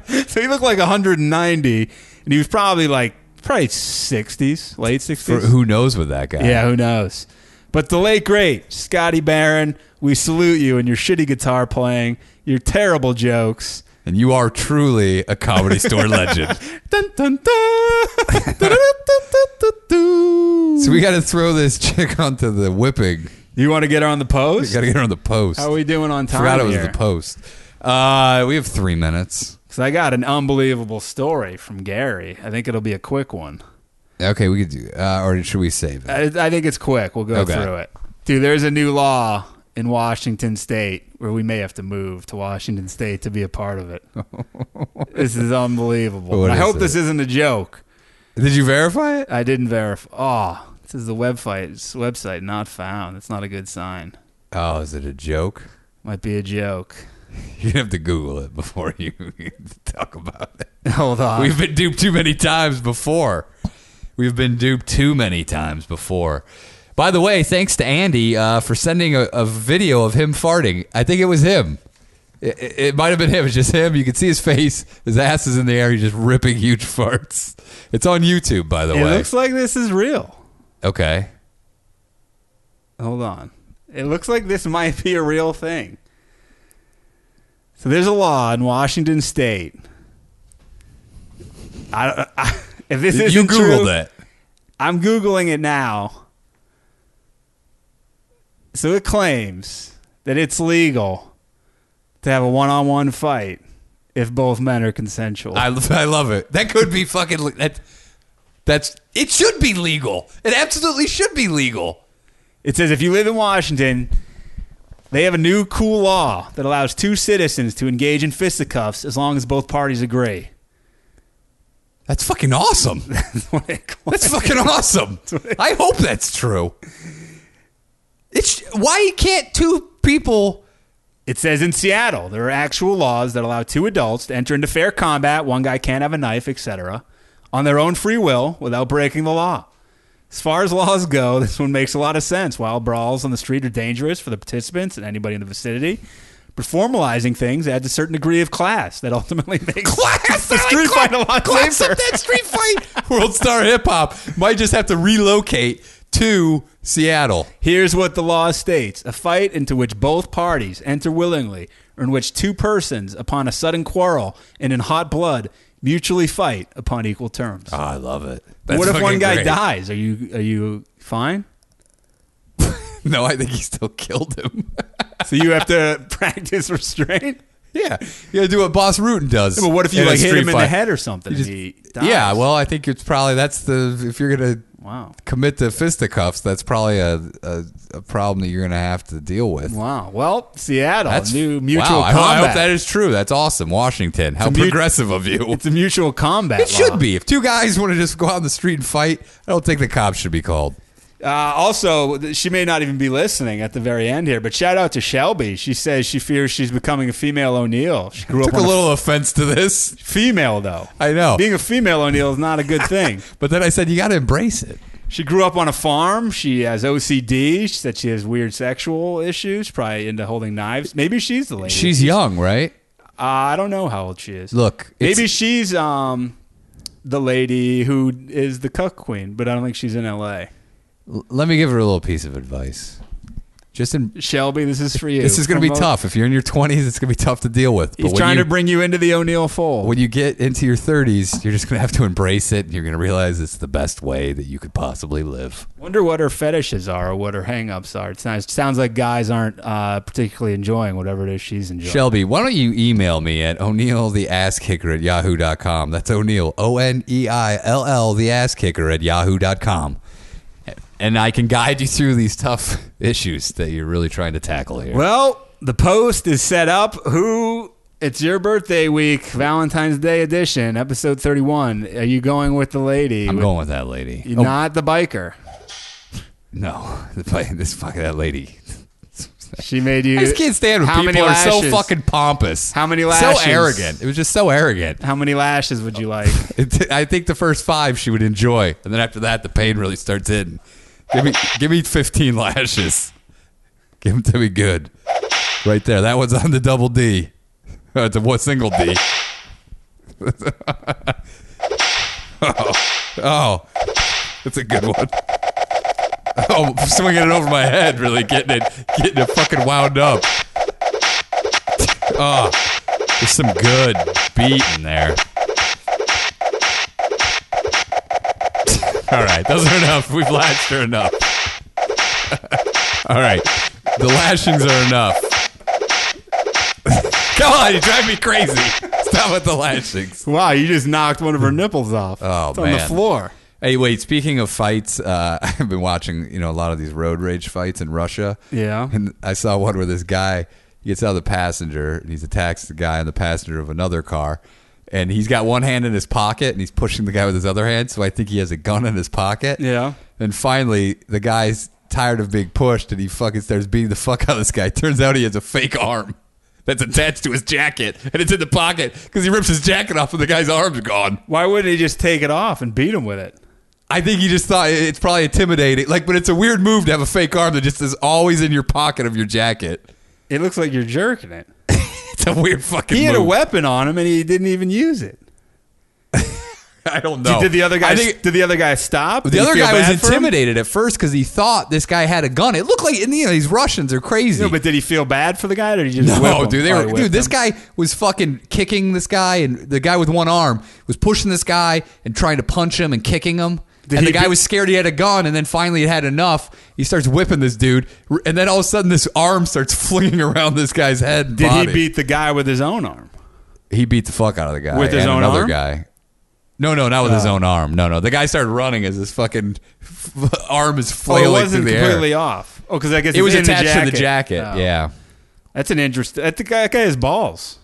A: So he looked like 190, and he was probably like probably 60s, late 60s.
G: For- who knows with that guy?
A: Yeah, who knows? But the late great Scotty Barron, we salute you and your shitty guitar playing, your terrible jokes.
G: And you are truly a comedy store legend.
A: Dun, dun, dun. Du-du-du-du-du-du.
G: So we got to throw this chick onto the whipping.
A: you want to get her on the
G: We
A: post?
G: got to get her on the post.
A: How are we doing on time?
G: Forgot it was
A: here?
G: the post. Uh, we have three minutes.
A: 'Cause I got an unbelievable story from Gary. I think it'll be a quick one.
G: Okay, we could do. Uh, or should we save it?
A: I, I think it's quick. We'll go
G: Okay.
A: through it. Dude, there's a new law in Washington State where we may have to move to Washington State to be a part of it. this is unbelievable.
G: What
A: I
G: is
A: hope this
G: it?
A: isn't a joke.
G: Did you verify it?
A: I didn't verify. Oh, this is the website. it's Website not found. That's not a good sign.
G: Oh, is it a joke?
A: Might be a joke.
G: You'd have to Google it before you talk about it.
A: Hold on.
G: We've been duped too many times before. We've been duped too many times before. By the way, thanks to Andy uh, for sending a, a video of him farting. I think it was him. It, it- it might have been him. It's just him. You can see his face. His ass is in the air. He's just ripping huge farts. It's on YouTube, by the
A: it
G: way.
A: looks like this is real.
G: okay.
A: Hold on. It looks like this might be a real thing. So there's a law in Washington State. I, don't- I, if this isn't
G: you Googled
A: true,
G: it.
A: I'm googling it now. So it claims that it's legal to have a one-on-one fight if both men are consensual.
G: I, I love it. That could be fucking. le- That, that's. It should be legal. It absolutely should be legal.
A: It says if you live in Washington, they have a new cool law that allows two citizens to engage in fisticuffs as long as both parties agree.
G: That's fucking awesome.
A: That's what it claims.
G: That's fucking awesome. I hope that's true. It's why can't two people?
A: It says in Seattle, there are actual laws that allow two adults to enter into fair combat, one guy can't have a knife, etc., on their own free will without breaking the law. As far as laws go, this one makes a lot of sense. While brawls on the street are dangerous for the participants and anybody in the vicinity, But formalizing things adds a certain degree of class that ultimately makes
G: Class,
A: the
G: I like
A: street
G: class.
A: fight a lot
G: Class
A: safer.
G: up that street fight. World Star Hip Hop might just have to relocate to Seattle.
A: Here's what the law states a fight into which both parties enter willingly, or in which two persons, upon a sudden quarrel and in hot blood, mutually fight upon equal terms.
G: I love it.
A: what if one
B: fucking
A: guy
B: great.
A: dies? Are you are you fine?
G: No, I think he still killed him.
A: So you have to practice restraint?
G: yeah, you gotta do what Boss Rutan does.
A: But what if you
G: in a
A: like hit
G: street
A: him in the
G: fight.
A: head or something?
G: You just-
A: and he dies?
G: Yeah, well, I think it's probably that's the if you're gonna
A: Wow.
G: commit to fisticuffs, that's probably a, a, a problem that you're gonna have to deal with.
A: Wow. Well, Seattle,
G: That's
A: new mutual
G: wow, I hope-
A: combat.
G: I hope that is true. That's awesome, Washington. How
A: mut-
G: progressive of you.
A: it's a mutual combat.
G: It
A: law.
G: should be. If two guys want to just go out in the street and fight, I don't think the cops should be called.
A: Uh, also, th- she may not even be listening at the very end here, but shout out to Shelby. She says she fears she's becoming a female O'Neill. She grew
G: Took
A: up
G: a
A: on a
G: little offense to this,
A: female, though.
G: I know.
A: Being a female O'Neill is not a good thing.
G: but then I said you got to embrace it.
A: she grew up on a farm. She has OCD. She said she has weird sexual issues, probably into holding knives. Maybe she's the lady.
G: She's young, right?
A: Uh, I don't know how old she is.
G: Look,
A: Maybe
G: it's-
A: she's um, the lady who is the cuck queen, but I don't think she's in LA.
G: L- Let me give her a little piece of advice. Just in,
A: Shelby, this is for you.
G: this is going to be
A: Promote-
G: tough. If you're in your 20s, it's going to be tough to deal with. But
A: He's
G: when
A: trying
G: you-
A: to bring you into the O'Neill fold.
G: when you get into your 30s, you're just going to have to embrace it. And you're going to realize it's the best way that you could possibly live.
A: Wonder what her fetishes are or what her hangups are. It sounds, sounds like guys aren't uh, particularly enjoying whatever it is she's enjoying.
G: Shelby, why don't you email me at O'Neill the ass kicker at yahoo.com? That's O'Neill, O N E I L L, the ass kicker at yahoo.com. And I can guide you through these tough issues that you're really trying to tackle here.
A: well, the post is set up. Who? It's your birthday week, Valentine's Day edition, episode 31. Are you going with the lady?
G: I'm
A: With-
G: going with that lady.
A: You're
G: Oh,
A: Not the biker.
G: no, this fucking that lady.
A: She made you.
G: I just can't stand when
A: How many
G: people are so
A: lashes?
G: fucking pompous.
A: How many
G: So
A: lashes?
G: arrogant. It was just so arrogant.
A: How many lashes would you like?
G: It, I think the first five she would enjoy, and then after that, the pain really starts in. Give me, give me fifteen lashes. Give them to me good, right there. That one's on the double D. Oh, It's a what single D. oh, oh, that's a good one. Oh, swinging it over my head, really getting it, getting it fucking wound up. Oh, there's some good beat in there. All right, those are enough. We've lashed her enough. All right, the lashings are enough. Come on, you drive me crazy. Stop with the lashings.
A: Wow, you just knocked one of her nipples off.
G: Oh,
A: it's on the
G: man.
A: floor.
G: Hey, wait. Speaking of fights, uh, I've been watching, you know, a lot of these road rage fights in Russia.
A: Yeah.
G: and I saw one where this guy he gets out of the passenger and he's attacks the guy in the passenger of another car, and he's got one hand in his pocket and he's pushing the guy with his other hand. So I think he has a gun in his pocket.
A: Yeah.
G: And finally, the guy's tired of being pushed, and he fucking starts beating the fuck out of this guy. Turns out he has a fake arm that's attached to his jacket, and it's in the pocket because he rips his jacket off, and the guy's arm's gone.
A: Why wouldn't he just take it off and beat him with it?
G: I think he just thought it- it's probably intimidating. Like, but it's a weird move to have a fake arm that just is always in your pocket of your jacket.
A: It looks like you're jerking it.
G: It's a weird fucking.
A: He had a
G: move.
A: weapon on him and he didn't even use it.
G: I don't know.
A: Did the other guy?
G: I think-
A: did the other guy stop? Did
G: the
A: you
G: other
A: feel
G: guy was
A: bad for him?
G: intimidated at first because he thought this guy had a gun. It looked like you know, these Russians are crazy.
A: No, but did he feel bad for the guy, or did he just? whip
G: No,
A: him?
G: dude, they
A: Oh,
G: were,
A: he
G: dude.
A: whipped
G: This
A: him.
G: guy was fucking kicking this guy, and the guy with one arm was pushing this guy and trying to punch him and kicking him.
A: Did
G: and
A: he
G: the guy
A: be-
G: was scared he had a gun, and then finally he had enough. He starts whipping this dude, r- and then all of a sudden this arm starts flinging around this guy's head. and
A: Did
G: body.
A: he beat the guy with his own arm?
G: He beat the fuck out of the guy
A: With his
G: and
A: own
G: another
A: arm? Oh.
G: guy. No, no, not with his own arm. No, no. The guy started running as his fucking f- arm
A: Oh,
G: is
A: it
G: flailing through
A: wasn't
G: the
A: completely
G: air.
A: off. Oh, because I guess
G: It was
A: in
G: attached
A: the
G: to the jacket.
A: Oh.
G: Yeah.
A: that's an interesting. That the guy, that guy has balls.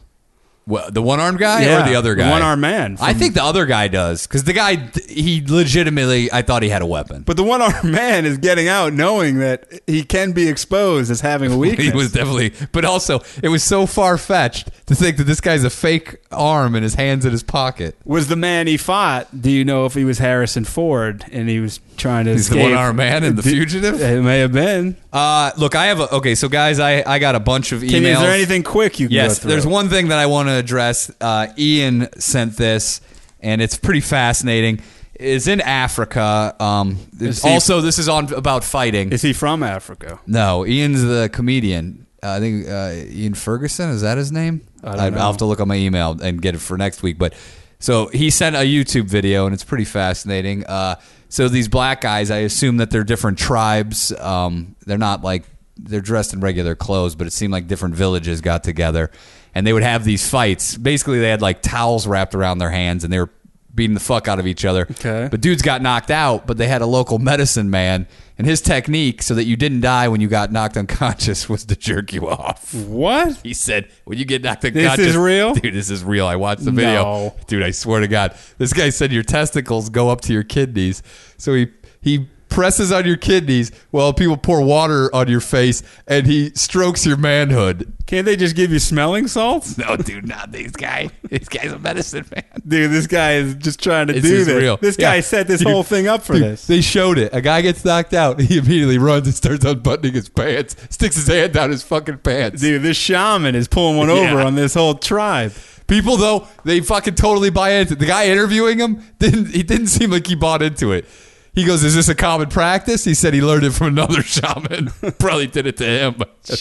G: Well, the one armed guy
A: Yeah,
G: or the other
A: the
G: guy?
A: one-armed man
G: I
A: from-
G: think the other guy does because the guy th- he legitimately I thought he had a weapon.
A: But the one armed man is getting out, knowing that he can be exposed as having a
G: He
A: weakness.
G: was definitely, but also it was so far fetched to think that this guy's a fake arm and his hands in his pocket.
A: Was the man he fought? Do you know if he was Harrison Ford and he was trying to
G: He's the
A: escape?
G: one armed man in the
A: Did-
G: fugitive.
A: It may have been.
G: Uh, look, I have a okay. So guys, I I got a bunch of emails.
A: Timmy, is there anything quick you can
G: Yes,
A: go through?
G: there's one thing that I want to address. Uh, Ian sent this, and it's pretty fascinating. Is in Africa. Um,
A: Is he-
G: also, this is on about fighting.
A: Is he from Africa?
G: No, Ian's the comedian. I think uh, Ian Ferguson is that his name?
A: don't
G: I
A: know.
G: will have to look on my email and get it for next week. But so he sent a YouTube video, and it's pretty fascinating. Uh, so these black guys, I assume that they're different tribes. Um, they're not like they're dressed in regular clothes, but it seemed like different villages got together, and they would have these fights. Basically, they had like towels wrapped around their hands, and they were beating the fuck out of each other.
A: Okay.
G: But dudes got knocked out, but they had a local medicine man, and his technique so that you didn't die when you got knocked unconscious was to jerk you off.
A: What?
G: He said, "When you get knocked
A: is
G: unconscious,
A: real?
G: dude. This is real. I watched the video,
A: No.
G: dude. I swear to God, this guy said your testicles go up to your kidneys. So he he presses on your kidneys while people pour water on your face, and he strokes your manhood.
A: Can't they just give you smelling salts?
G: No, dude, not this guy. This guy's a medicine man.
A: Dude, this guy is just trying to
G: This
A: do
G: is
A: this.
G: real.
A: This
G: Yeah.
A: guy set this
G: Dude,
A: whole thing up for
G: Dude,
A: this.
G: They showed it. A guy gets knocked out. He immediately runs and starts unbuttoning his pants, sticks his hand down his fucking pants.
A: Dude, this shaman is pulling one
G: Yeah.
A: over on this whole tribe.
G: People though, they fucking totally buy into it. The guy interviewing him didn't he didn't seem like he bought into it. He goes, Is this a common practice? He said he learned it from another shaman. Probably did it to him.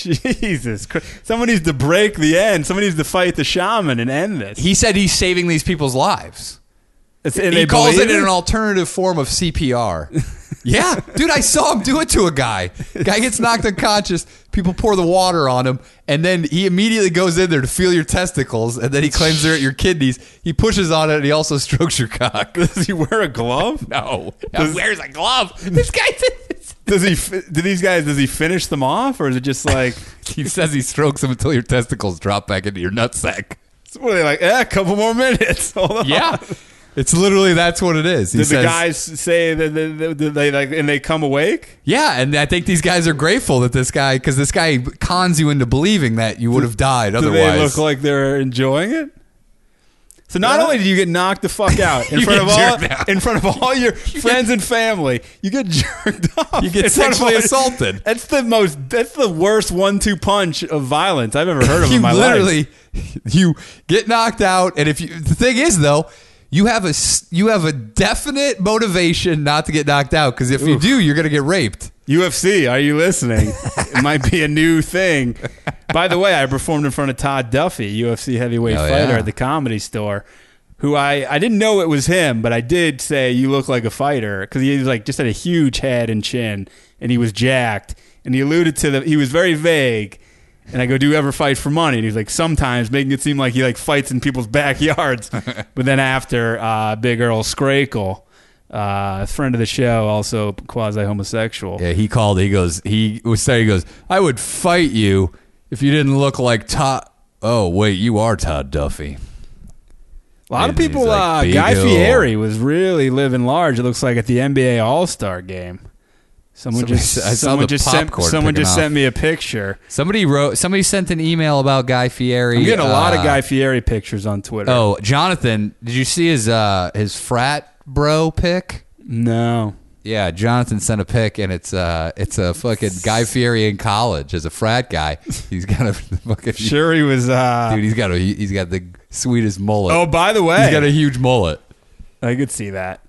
A: Jesus Christ. Someone needs to break the end. Someone needs to fight the shaman and end this.
G: He said he's saving these people's lives.
A: It's- and
G: he
A: they
G: calls
A: believe
G: it an alternative form of CPR. yeah, dude, I saw him do it to a guy. Guy gets knocked unconscious. People pour the water on him, and then he immediately goes in there to feel your testicles, and then he claims they're at your kidneys. He pushes on it, and he also strokes your cock.
A: Does he wear a glove?
G: No, Now, where's a glove? This guy.
A: Does he? fi- Do these guys? Does he finish them off, or is it just like?
G: he says he strokes them until your testicles drop back into your nutsack.
A: What are they like? Eh, a couple more minutes. Hold on.
G: it's literally that's what it is. He
A: Did the
G: says-
A: guys say that that- that- that they like and they come awake?
G: Yeah, and I think these guys are grateful that this guy, because this guy cons you into believing that you would have died
A: Do
G: otherwise.
A: they look like they're enjoying it? So not
G: Yeah.
A: only do you get knocked the fuck out in
G: You
A: front of
G: get
A: all
G: jerked out.
A: in front of all your friends and family, you get jerked off.
G: You get
A: in front of
G: sexually
A: all-
G: assaulted.
A: That's the most. That's the worst one-two punch of violence I've ever heard of
G: you
A: in my life.
G: literally, you get knocked out, and if you, the thing is though, you have a s- you have a definite motivation not to get knocked out because if you do, you're gonna get raped.
A: UFC, are you listening? it might be a new thing. By the way, I performed in front of Todd Duffy, UFC heavyweight
G: Oh,
A: fighter
G: yeah.
A: at the comedy store, who I, I didn't know it was him, but I did say, You look like a fighter. Because he was like, just had a huge head and chin, and he was jacked. And he alluded to the, he was very vague. And I go, Do you ever fight for money? And he's like, Sometimes, making it seem like he like fights in people's backyards. but then after, uh, Big Earl Scrackle. Uh, friend of the show, also quasi homosexual.
G: Yeah, he called. He goes. He was there. He goes. I would fight you if you didn't look like Todd. Oh wait, you are Todd Duffy.
A: A lot of
G: And he's
A: people,
G: like,
A: uh, Guy
G: "Beagle."
A: Fieri was really living large. It looks like at the NBA All Star game. Someone
G: Somebody
A: just,
G: s- I saw
A: someone
G: the
A: just sent,
G: popcorn
A: someone
G: picking
A: just
G: off.
A: sent me a picture.
G: Somebody wrote. Somebody sent an email about Guy Fieri.
A: I'm getting a lot of
G: uh,
A: Guy Fieri pictures on Twitter.
G: Oh, Jonathan, did you see his uh his frat bro pic?
A: no,
G: Yeah, Jonathan sent a pic, and it's uh it's a fucking Guy Fieri in college as a frat guy. He's got a fucking
A: sure he was. Uh,
G: dude. He's got a he's got the sweetest mullet.
A: oh, by the
G: he's got a
A: way,
G: huge mullet.
A: I could see that.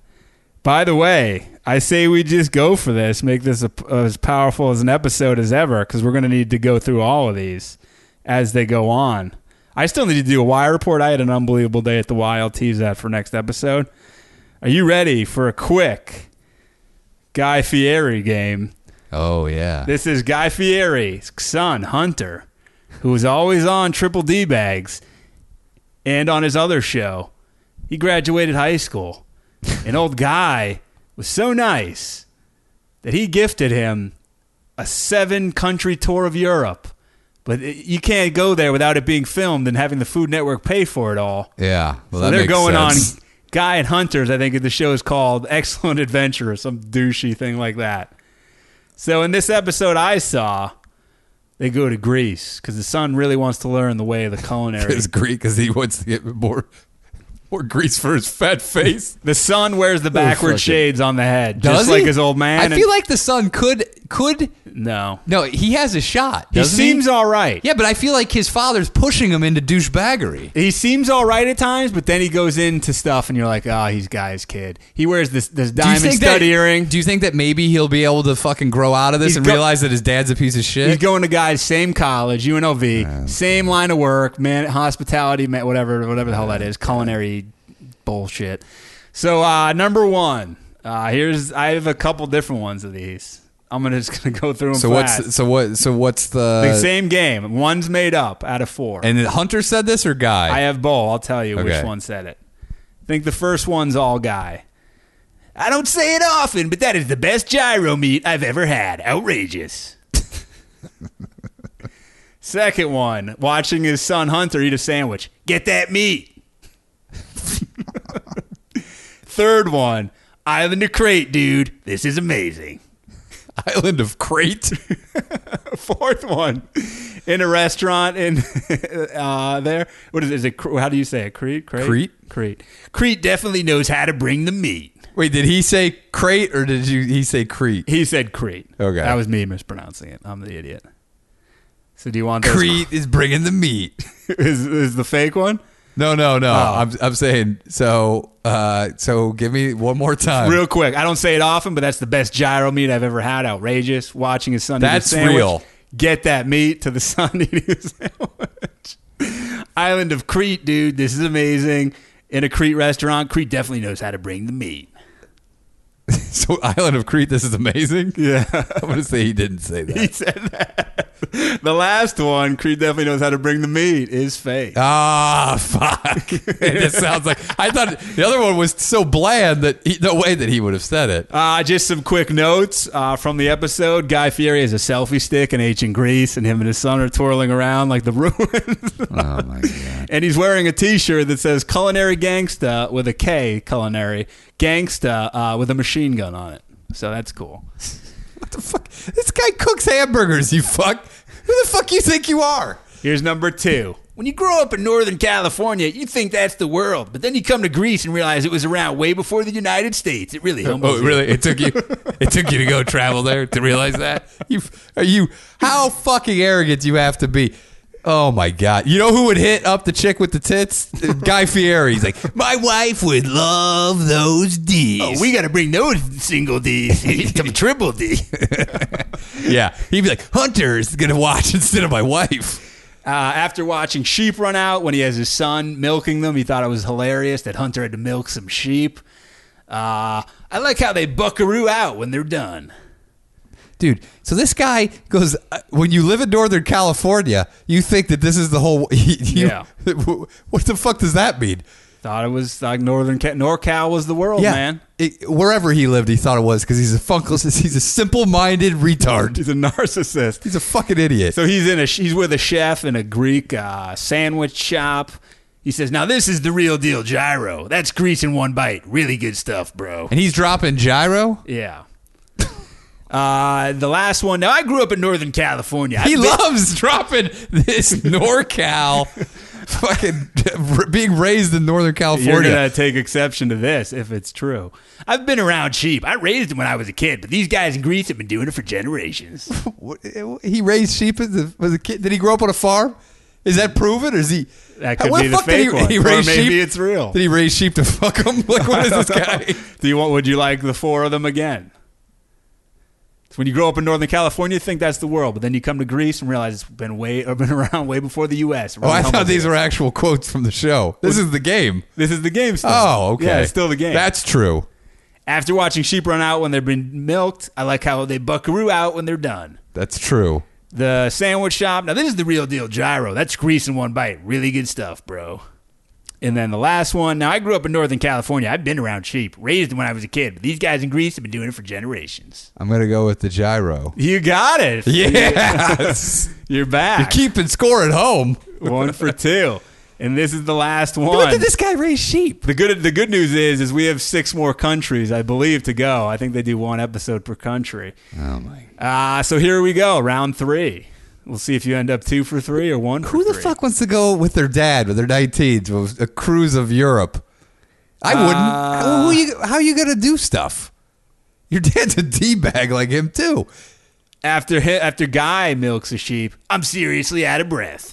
A: By the way, I say we just go for this. Make this a, as powerful as an episode as ever because we're going to need to go through all of these as they go on. I still need to do a Y report. I had an unbelievable day at the Y. I'll tease that for next episode. Are you ready for a quick Guy Fieri game?
G: Oh yeah.
A: This is Guy Fieri's son, Hunter, who was always on Triple D bags and on his other show. He graduated high school. An old guy was so nice that he gifted him a seven country tour of Europe. But it- you can't go there without it being filmed and having the Food Network pay for it all.
G: Yeah.
A: So
G: Well, that
A: they're
G: makes
A: going
G: sense.
A: on Guy and Hunters. I think the show is called Excellent Adventure or some douchey thing like that. So in this episode, I saw they go to Greece because the son really wants to learn the way of the culinary.
G: It's Greek because he wants to get more more grease for his fat face.
A: the son wears the backward
G: Oh, fuck it.
A: shades on the head, just
G: Does
A: like
G: he?
A: his old man.
G: I
A: and-
G: feel like the son could
B: could
A: No.
B: no, he has a shot.
A: He
B: doesn't
A: seems all right.
B: Yeah, but I feel like his father's pushing him into douchebaggery.
A: He seems all right at times, but then he goes into stuff, and you're like, "Oh, he's guy's kid." He wears this this
B: Do you
A: diamond
B: think
A: stud
B: that,
A: earring.
B: Do you think that maybe he'll be able to fucking grow out of this
A: He's
B: and
A: go-
B: realize that his dad's a piece of
A: He's
B: shit?
A: going to guys same college, UNLV, same line of work, man, hospitality, man, whatever, whatever the hell that is, culinary bullshit. So uh, number one, uh, here's I have a couple different ones of these. I'm gonna just gonna go through them.
G: So
A: fast.
G: what's uh, so what so what's the,
A: the same game? One's made up out of four.
G: and Hunter said this or guy?
A: I have both. I'll tell you
G: Okay.
A: which one said it. I think the first one's all guy. I don't say it often, but that is the best gyro meat I've ever had. Outrageous. Second one, watching his son Hunter eat a sandwich. Get that meat. Third one, Island of Crate, dude. This is amazing.
G: Island of Crate.
A: Fourth one, in a restaurant in uh, there. What is it? Is it? Cre- How do you say it? Crete. Crete.
G: Crete?
A: Crete. Crete definitely knows how to bring the meat.
G: Wait, did he say crate or did you he say Crete?
A: He said Crete.
G: Okay.
A: that was me mispronouncing it. I'm the idiot. So do you want those-
G: Crete is bringing the meat.
A: is is the fake one?
G: No, no, no.
A: Oh.
G: I'm I'm saying so uh so give me one more time.
A: Real quick, I don't say it often, but that's the best gyro meat I've ever had. Outrageous. Watching his son. eat a
G: That's
A: sandwich.
G: real.
A: Get that meat to the son eating a sandwich. Island of Crete, dude. This is amazing. In a Crete restaurant, Crete definitely knows how to bring the meat.
G: So Island of Crete, this is amazing. Yeah. I'm gonna say he didn't say
A: He
G: that.
A: said that. The last one, Creed definitely knows how to bring the meat, is fake.
G: Ah, fuck! It sounds like I thought the other one was so bland that he, no way that he would have said it.
A: Uh, just some quick notes uh, from the episode. Guy Fieri has a selfie stick in ancient Greece, and him and his son are twirling around like the ruins.
G: Oh my god!
A: and he's wearing a T-shirt that says "Culinary Gangsta" with a K, "Culinary Gangsta" uh, with a machine gun on it. So that's cool.
G: What the fuck? This guy cooks hamburgers. You fuck! Who the fuck you think you are?
A: Here's number two. When you grow up in Northern California, you think that's the world, but then you come to Greece and realize it was around way before the United States. It really humbles
G: Oh,
A: you.
G: really? It took you. It took you to go travel there to realize that. You are you? How fucking arrogant you have to be. Oh my god! You know who would hit up the chick with the tits? Guy Fieri. He's like, my wife would love those D's.
A: Oh, we got to bring those single D's to triple D.
G: yeah, he'd be like, Hunter's gonna watch instead of my wife.
A: Uh, after watching sheep run out when he has his son milking them, he thought it was hilarious that Hunter had to milk some sheep. Uh, I like how they buckaroo out when they're done.
G: Dude, so this guy goes. uh, When you live in Northern California, you think that this is the whole. you-
A: Yeah.
G: What the fuck does that mean?
A: Thought it was like Northern Ca- NorCal was the world, man.
G: It- wherever he lived, he thought it was because he's a funkless. He's a simple-minded retard.
A: He's a narcissist.
G: He's a fucking idiot.
A: So he's in a he's with a chef in a Greek uh, sandwich shop. He says, "Now this is the real deal, gyro. That's grease in one bite. Really good stuff, bro."
G: and he's dropping gyro.
A: Yeah. Uh, the last one. Now, I grew up in Northern California.
G: He
A: I-
G: loves dropping this NorCal, fucking being raised in Northern
A: You're
G: California.
A: gonna take exception to this if it's true. I've been around sheep. I raised them when I was a kid, but these guys in Greece have been doing it for generations.
G: What- eh, he raised sheep as a, was a kid. Did he grow up on a farm? Is that proven, or is he?
A: That could
G: Where
A: be
G: the
A: the
G: fuck did
A: fake one,
G: he, he
A: or
G: raised
A: maybe
G: sheep?
A: it's real.
G: Did he raise sheep to fuck him? Like, what is this guy?
A: Do you want? Would you like the four of them again? So when you grow up in Northern California, you think that's the world, but then you come to Greece and realize it's been way, or been around way before the U.S.
G: Oh, I thought these were actual quotes from the show. This is the game.
A: This is the game. Still.
G: Oh, okay.
A: Yeah, it's still the game.
G: That's true.
A: After watching sheep run out when they've been milked, I like how they buckaroo out when they're done.
G: That's true.
A: The sandwich shop. Now this is the real deal, gyro. That's grease in one bite. Really good stuff, bro. And then the last one. Now I grew up in Northern California. I've been around sheep, raised when I was a kid. But these guys in Greece have been doing it for generations.
G: I'm gonna go with the gyro.
A: You got it.
G: Yes.
A: You're
G: You're
A: back.
G: keeping score at home.
A: one for two. And this is the last one.
G: Look at this guy raise sheep.
A: The good the good news is is we have six more countries, I believe, to go. I think they do one episode per country.
G: Oh my.
A: Uh, so here we go, round three. We'll see if you end up two for three or one.
G: Who
A: for
G: the
A: three.
G: fuck wants to go with their dad with their 19s with a cruise of Europe? I wouldn't. How- who you- how are you going to do stuff? Your dad's a d bag like him too.
A: After hi- after guy milks a sheep, I'm seriously out of breath.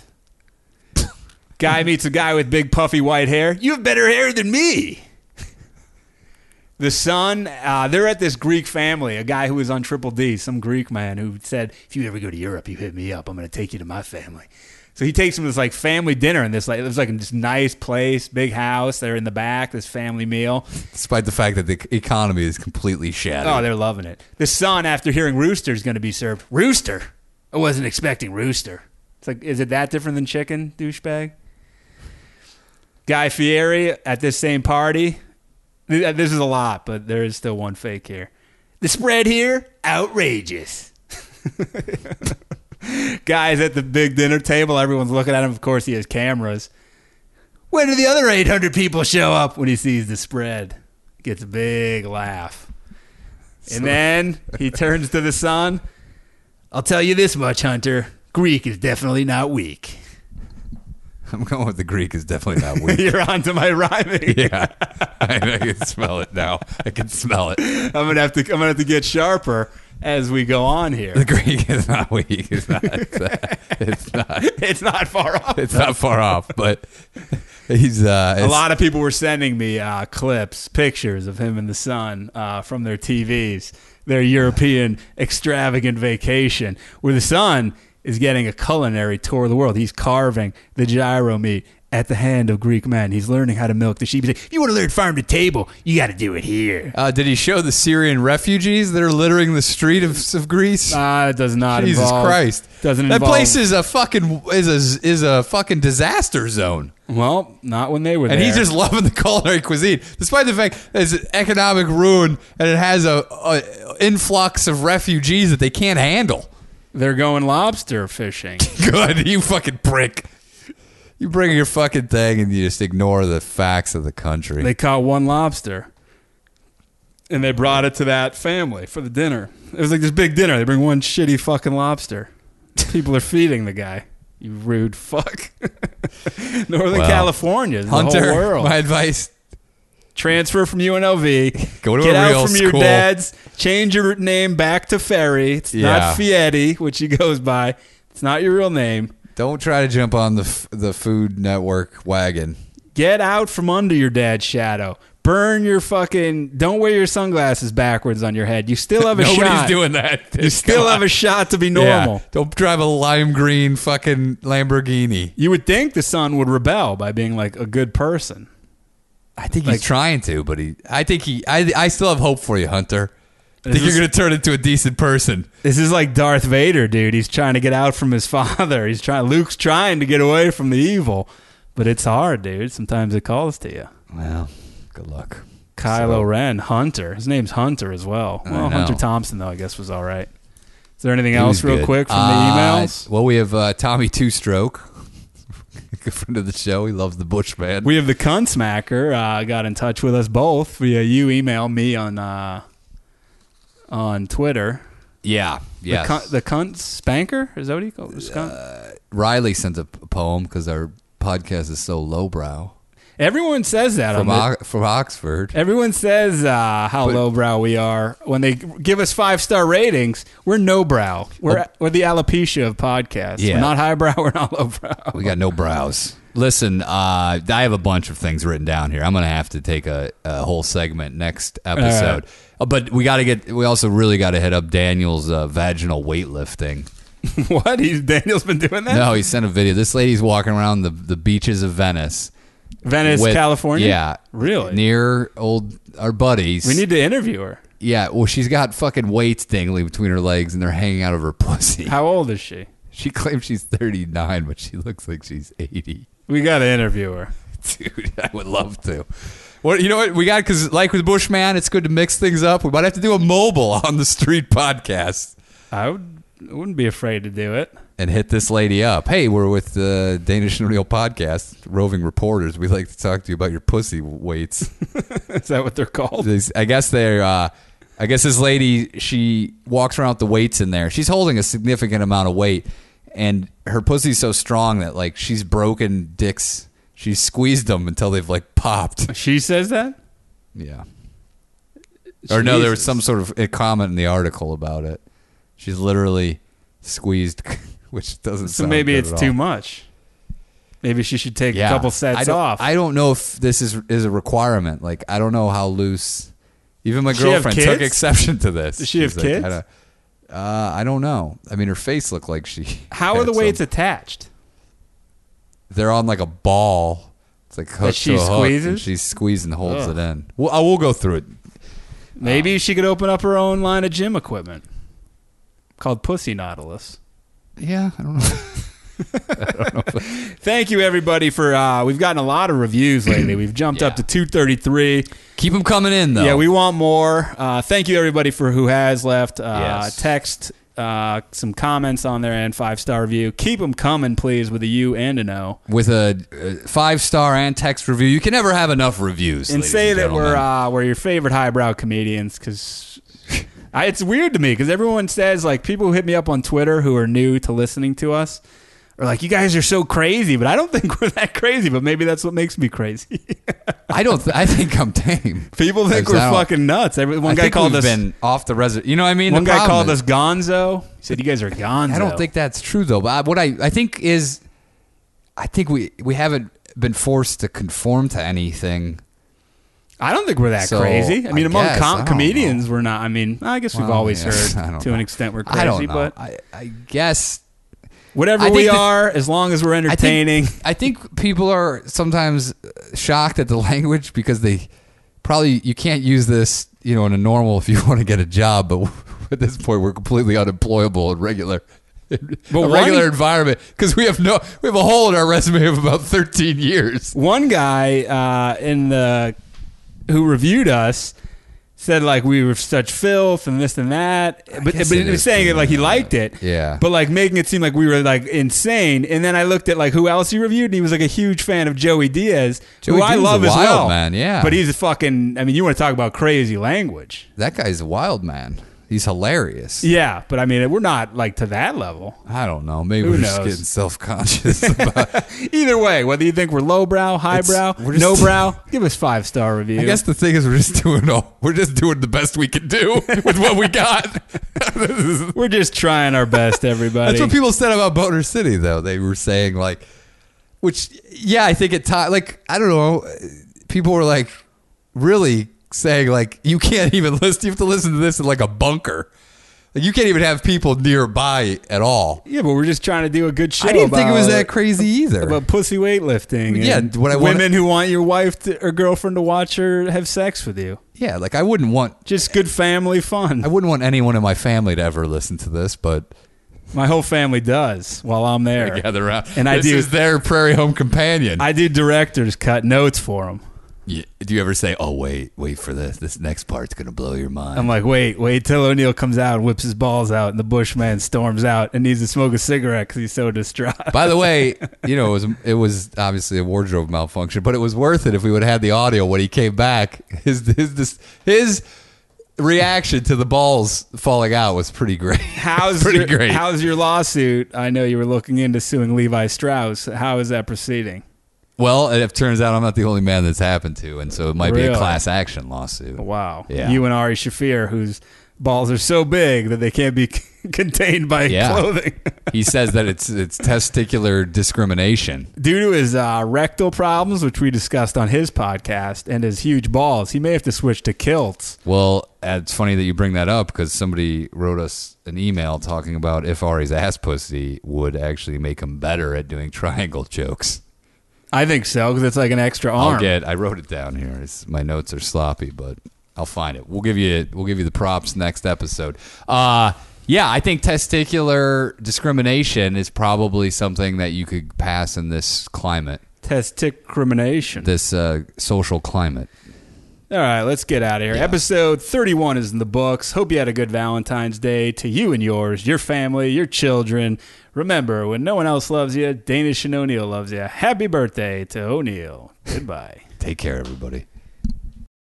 A: guy meets a guy with big puffy white hair. You have better hair than me. The son, uh, they're at this Greek family, a guy who was on Triple D, some Greek man who said, "If you ever go to Europe, you hit me up. I'm going to take you to my family." So he takes him to this like family dinner in this like it was like in this nice place, big house. They're in the back, this family meal.
G: despite the fact that the e-, economy is completely shattered.
A: Oh, they're loving it. The son, after hearing Rooster, is going to be served Rooster. I wasn't expecting Rooster. It's like, is it that different than chicken, douchebag? Guy Fieri at this same party. Th- uh, This is a lot, but there is still one fake here. The spread here, outrageous. Guys at the big dinner table, everyone's looking at him. Of course, he has cameras. When do the other 800 people show up when he sees the spread? Gets a big laugh. And then he turns to the son. I'll tell you this much, Hunter. Greek is definitely not weak.
G: I'm going with the Greek is definitely not weak.
A: You're on to my rhyming.
G: yeah, I, I can smell it now. I can smell it.
A: I'm gonna have to I'm gonna have to get sharper as we go on
G: The
A: here.
G: Greek is not weak. It's not. It's not.
A: It's not far off.
G: It's not far off, but he's uh,
A: A lot of people were sending me uh, clips, pictures of him and the son uh, from their TVs, their European extravagant vacation, where the son is getting a culinary tour of the world. He's carving the gyro meat at the hand of Greek men. He's learning how to milk the sheep. He's like, if you want to learn farm to table, you got to do it here.
G: Uh, did he show the Syrian refugees that are littering the street of, of Greece?
A: Ah, it does not.
G: Jesus
A: involve-
G: Christ!
A: Doesn't
G: that
A: involve-
G: place is a fucking is a is a fucking disaster zone.
A: well, not when they were
G: And
A: there.
G: he's just loving the culinary cuisine, despite the fact that it's an economic ruin and it has a, a influx of refugees that they can't handle.
A: they're going lobster fishing.
G: Good, you fucking prick. You bring your fucking thing and you just ignore the facts of the country.
A: They caught one lobster and they brought it to that family for the dinner. It was like this big dinner. They bring one shitty fucking lobster. People are feeding the guy. You rude fuck. Northern
G: Well,
A: California is the
G: Hunter,
A: whole world.
G: my advice:
A: Transfer from UNLV.
G: Go to
A: get
G: a
A: out
G: real
A: from your
G: school.
A: dad's. Change your name back to Ferry. It's
G: Yeah.
A: not Fietti, which he goes by. It's not your real name.
G: don't try to jump on the f- the Food Network wagon.
A: Get out from under your dad's shadow. Burn your fucking. Don't wear your sunglasses backwards on your head. You still have a
G: Nobody's
A: shot.
G: Oh, doing that.
A: You still have a shot to be normal.
G: Don't drive a lime green fucking Lamborghini.
A: You would think the son would rebel by being like a good person.
G: I think
A: Like-
G: he's trying to, but he. I think he. I. I still have hope for you, Hunter. I think
A: Is
G: you're
A: this-
G: going to turn into a decent person.
A: This is like Darth Vader, dude. He's trying to get out from his father. He's trying. Luke's trying to get away from the evil, but it's hard, dude. Sometimes it calls to you.
G: Well, good luck.
A: Kylo Ren, Hunter. His name's Hunter as well. Well,
G: know.
A: Hunter Thompson though, I guess was all right. Is there anything
G: He
A: else,
G: was
A: real
G: good.
A: quick, from
G: Uh,
A: the emails?
G: Well, we have uh, Tommy Two Stroke, good friend of the show. He loves the Bushman.
A: We have the cunt smacker uh, got in touch with us both via you email me on uh, on Twitter.
G: yeah, yeah.
A: The, cunt, the cunt spanker is that what you call it? This cunt?
G: Uh, Riley sent a p- poem because our podcast is so lowbrow
A: Everyone says that.
G: from
A: on the-
G: Ox from Oxford.
A: everyone says uh, how lowbrow we are when they give us five star ratings. We're no brow. We're we're the alopecia of podcasts.
G: Oh. Yeah.
A: We're not highbrow. We're not lowbrow.
G: We got no brows. Listen, uh, I have a bunch of things written down here. I'm going to have to take a, a whole segment next episode. Uh, But we got to get. We also really got to hit up Daniel's uh, vaginal weightlifting.
A: what? He's Daniel's been doing that.
G: No, he sent a video. This lady's walking around the the beaches of Venice,
A: Venice,
G: with-
A: California.
G: Yeah,
A: Really?
G: near old our buddies.
A: we need to interview her.
G: Yeah, well, she's got fucking weights dangling between her legs, and they're hanging out of her pussy.
A: How old is she?
G: She claims she's 39, but she looks like she's 80.
A: We got to interview her.
G: Dude, I would love to. Well, you know what we got? Because like with Bushman, it's good to mix things up. We might have to do a mobile on the street podcast
A: I would, I wouldn't be afraid to do it.
G: and hit this lady up. Hey, we're with the Danish and Real podcast, roving reporters. We'd like to talk to you about your pussy weights.
A: Is that what they're called?
G: These- I guess they're. Uh, I guess this lady she walks around with the weights in there. She's holding a significant amount of weight, and her pussy's so strong that like she's broken dicks. She's squeezed them until they've like popped.
A: She says that?
G: Yeah. Or no, there was
A: Jesus.
G: some sort of a comment in the article about it. She's literally squeezed, which doesn't.
A: So
G: sound
A: maybe
G: good
A: it's
G: at
A: too
G: all.
A: much. Maybe she should take
G: Yeah,
A: a couple
G: I
A: sets
G: don't-
A: off.
G: I don't know if this is is a requirement. Like I don't know how loose. Even my
A: she have
G: girlfriend took
A: kids?
G: exception to this.
A: Does she have
G: She's like,
A: kids?
G: I don't, uh, I don't know. I mean, her face looked like she.
A: How are
G: had
A: the weights
G: some-
A: attached?
G: they're on like a ball. It's like hooked
A: she
G: to a hook, and
A: squeezes?
G: she's squeezing, holds
A: Ugh.
G: it in. Well, I will go through it.
A: Maybe she could open up her own line of gym equipment called Pussy Nautilus.
G: Yeah, I don't know.
A: Thank you, everybody, for uh, we've gotten a lot of reviews lately. We've jumped up to
G: Yeah.
A: 233.
G: Keep them coming in though.
A: Yeah, we want more. Uh, thank you, everybody, for who has left uh,
G: Yes.
A: text, uh, some comments on there, and five star review. Keep them coming, please, with a U and an O.
G: with a uh, five star and text review. You can never have enough reviews.
A: and
G: ladies
A: say that
G: gentlemen.
A: we're uh, we're your favorite highbrow comedians because it's weird to me because everyone says like people who hit me up on Twitter who are new to listening to us are like you guys are so crazy, but I don't think we're that crazy. But maybe that's what makes me crazy.
G: I don't. Th- I think I'm tame.
A: people think
G: Because
A: we're
G: I don't-
A: fucking nuts. Every, one
G: I
A: guy
G: think
A: called
G: we've
A: us
G: been off the reservation. You know what I mean?
A: one
G: The
A: guy
G: problem
A: called
G: is-
A: us Gonzo. He said you guys are Gonzo.
G: I don't think that's true though. But I- what I I think is, I think we we haven't been forced to conform to anything.
A: I don't think we're that
G: So,
A: crazy. I mean,
G: I
A: among
G: guess, I
A: com-
G: don't
A: comedians, we're not. I mean, I guess we've
G: Well,
A: always
G: yeah, I
A: heard
G: don't
A: to an
G: know.
A: extent we're crazy,
G: I don't know.
A: but
G: I, I guess I
A: whatever
G: think
A: we
G: that-
A: are, as long as we're
G: I
A: entertaining.
G: think, I think people are sometimes shocked at the language because they probably you can't use this, you know, in a normal if you want to get a job, but at this point we're completely unemployable in regular
A: But
G: a
A: why-
G: regular environment because we have no we have a hole in our resume of about 13 years.
A: one guy uh, in the who reviewed us said like we were such filth and this and that but,
G: guess
A: but
G: it
A: he was
G: is
A: saying it like he
G: true.
A: liked it
G: Yeah.
A: but like making it seem like we were like insane and then i looked at like who else he reviewed and he was like a huge fan of joey diaz who
G: Joey
A: i
G: Diaz is
A: love
G: a
A: as
G: wild
A: well
G: man, yeah.
A: but he's a fucking i mean you want to talk about crazy language
G: That guy's a wild man. He's hilarious.
A: yeah but i mean we're not like to that level
G: I don't know. Maybe
A: Who
G: we're just
A: knows?
G: getting self-conscious about
A: either way whether you think we're lowbrow highbrow
G: we're just-
A: no brow give us five star review
G: I guess the thing is, we're just doing all, we're just doing the best we can do with what we got.
A: we're just trying our best everybody
G: That's what people said about Boner City, though. They were saying like, which yeah, I think at time like I don't know, people were like really saying like you can't even listen. You have to listen to this in like a bunker. Like you can't even have people nearby at all.
A: Yeah, but we're just trying to do a good show.
G: I didn't think it was
A: about-
G: that crazy either.
A: About pussy weightlifting.
G: Yeah,
A: and
G: what I wanna-
A: women who want your wife to, or girlfriend to watch her have sex with you.
G: yeah, like I wouldn't want
A: Just good family
G: I
A: fun.
G: wouldn't want anyone in my family to ever listen to this, but
A: My whole family does while I'm there.
G: I gather around.
A: And I
G: this
A: do-
G: is their prairie home companion.
A: I do directors cut notes for them.
G: Yeah. Do you ever say, "Oh, wait, wait for this. This next part's gonna blow your mind"?
A: I'm like, wait, wait till O'Neill comes out and whips his balls out, and the Bushman storms out and needs to smoke a cigarette because he's so distraught.
G: By the way, you know, it was it was obviously a wardrobe malfunction, but it was worth it if we would have had the audio when he came back. His his this, his reaction to the balls falling out was pretty great.
A: How's
G: pretty
A: your,
G: great?
A: How's your lawsuit? I know you were looking into suing Levi Strauss. How is that proceeding?
G: well, it turns out I'm not the only man that's happened to, and so it might be
A: Really?
G: a class action lawsuit.
A: Wow.
G: Yeah.
A: You and Ari Shafir, whose balls are so big that they can't be contained by
G: Yeah.
A: clothing.
G: He says that it's it's testicular discrimination.
A: Due to his uh, rectal problems, which we discussed on his podcast, and his huge balls, he may have to switch to kilts.
G: Well, uh, it's funny that you bring that up because somebody wrote us an email talking about if Ari's ass pussy would actually make him better at doing triangle jokes.
A: I think so, because it's like an extra arm.
G: I'll get. I wrote it down here. It's, my notes are sloppy, but I'll find it. We'll give you. We'll give you the props next episode. Uh yeah, I think testicular discrimination is probably something that you could pass in this climate,
A: Testicrimination.
G: this uh, social climate.
A: All right, let's get out of here. Episode 31 is in the books. Hope you had a good Valentine's Day to you and yours, your family, your children. Remember, when no one else loves you, Danish and O'Neill loves you. Happy birthday to O'Neill. Goodbye.
G: Take care, everybody.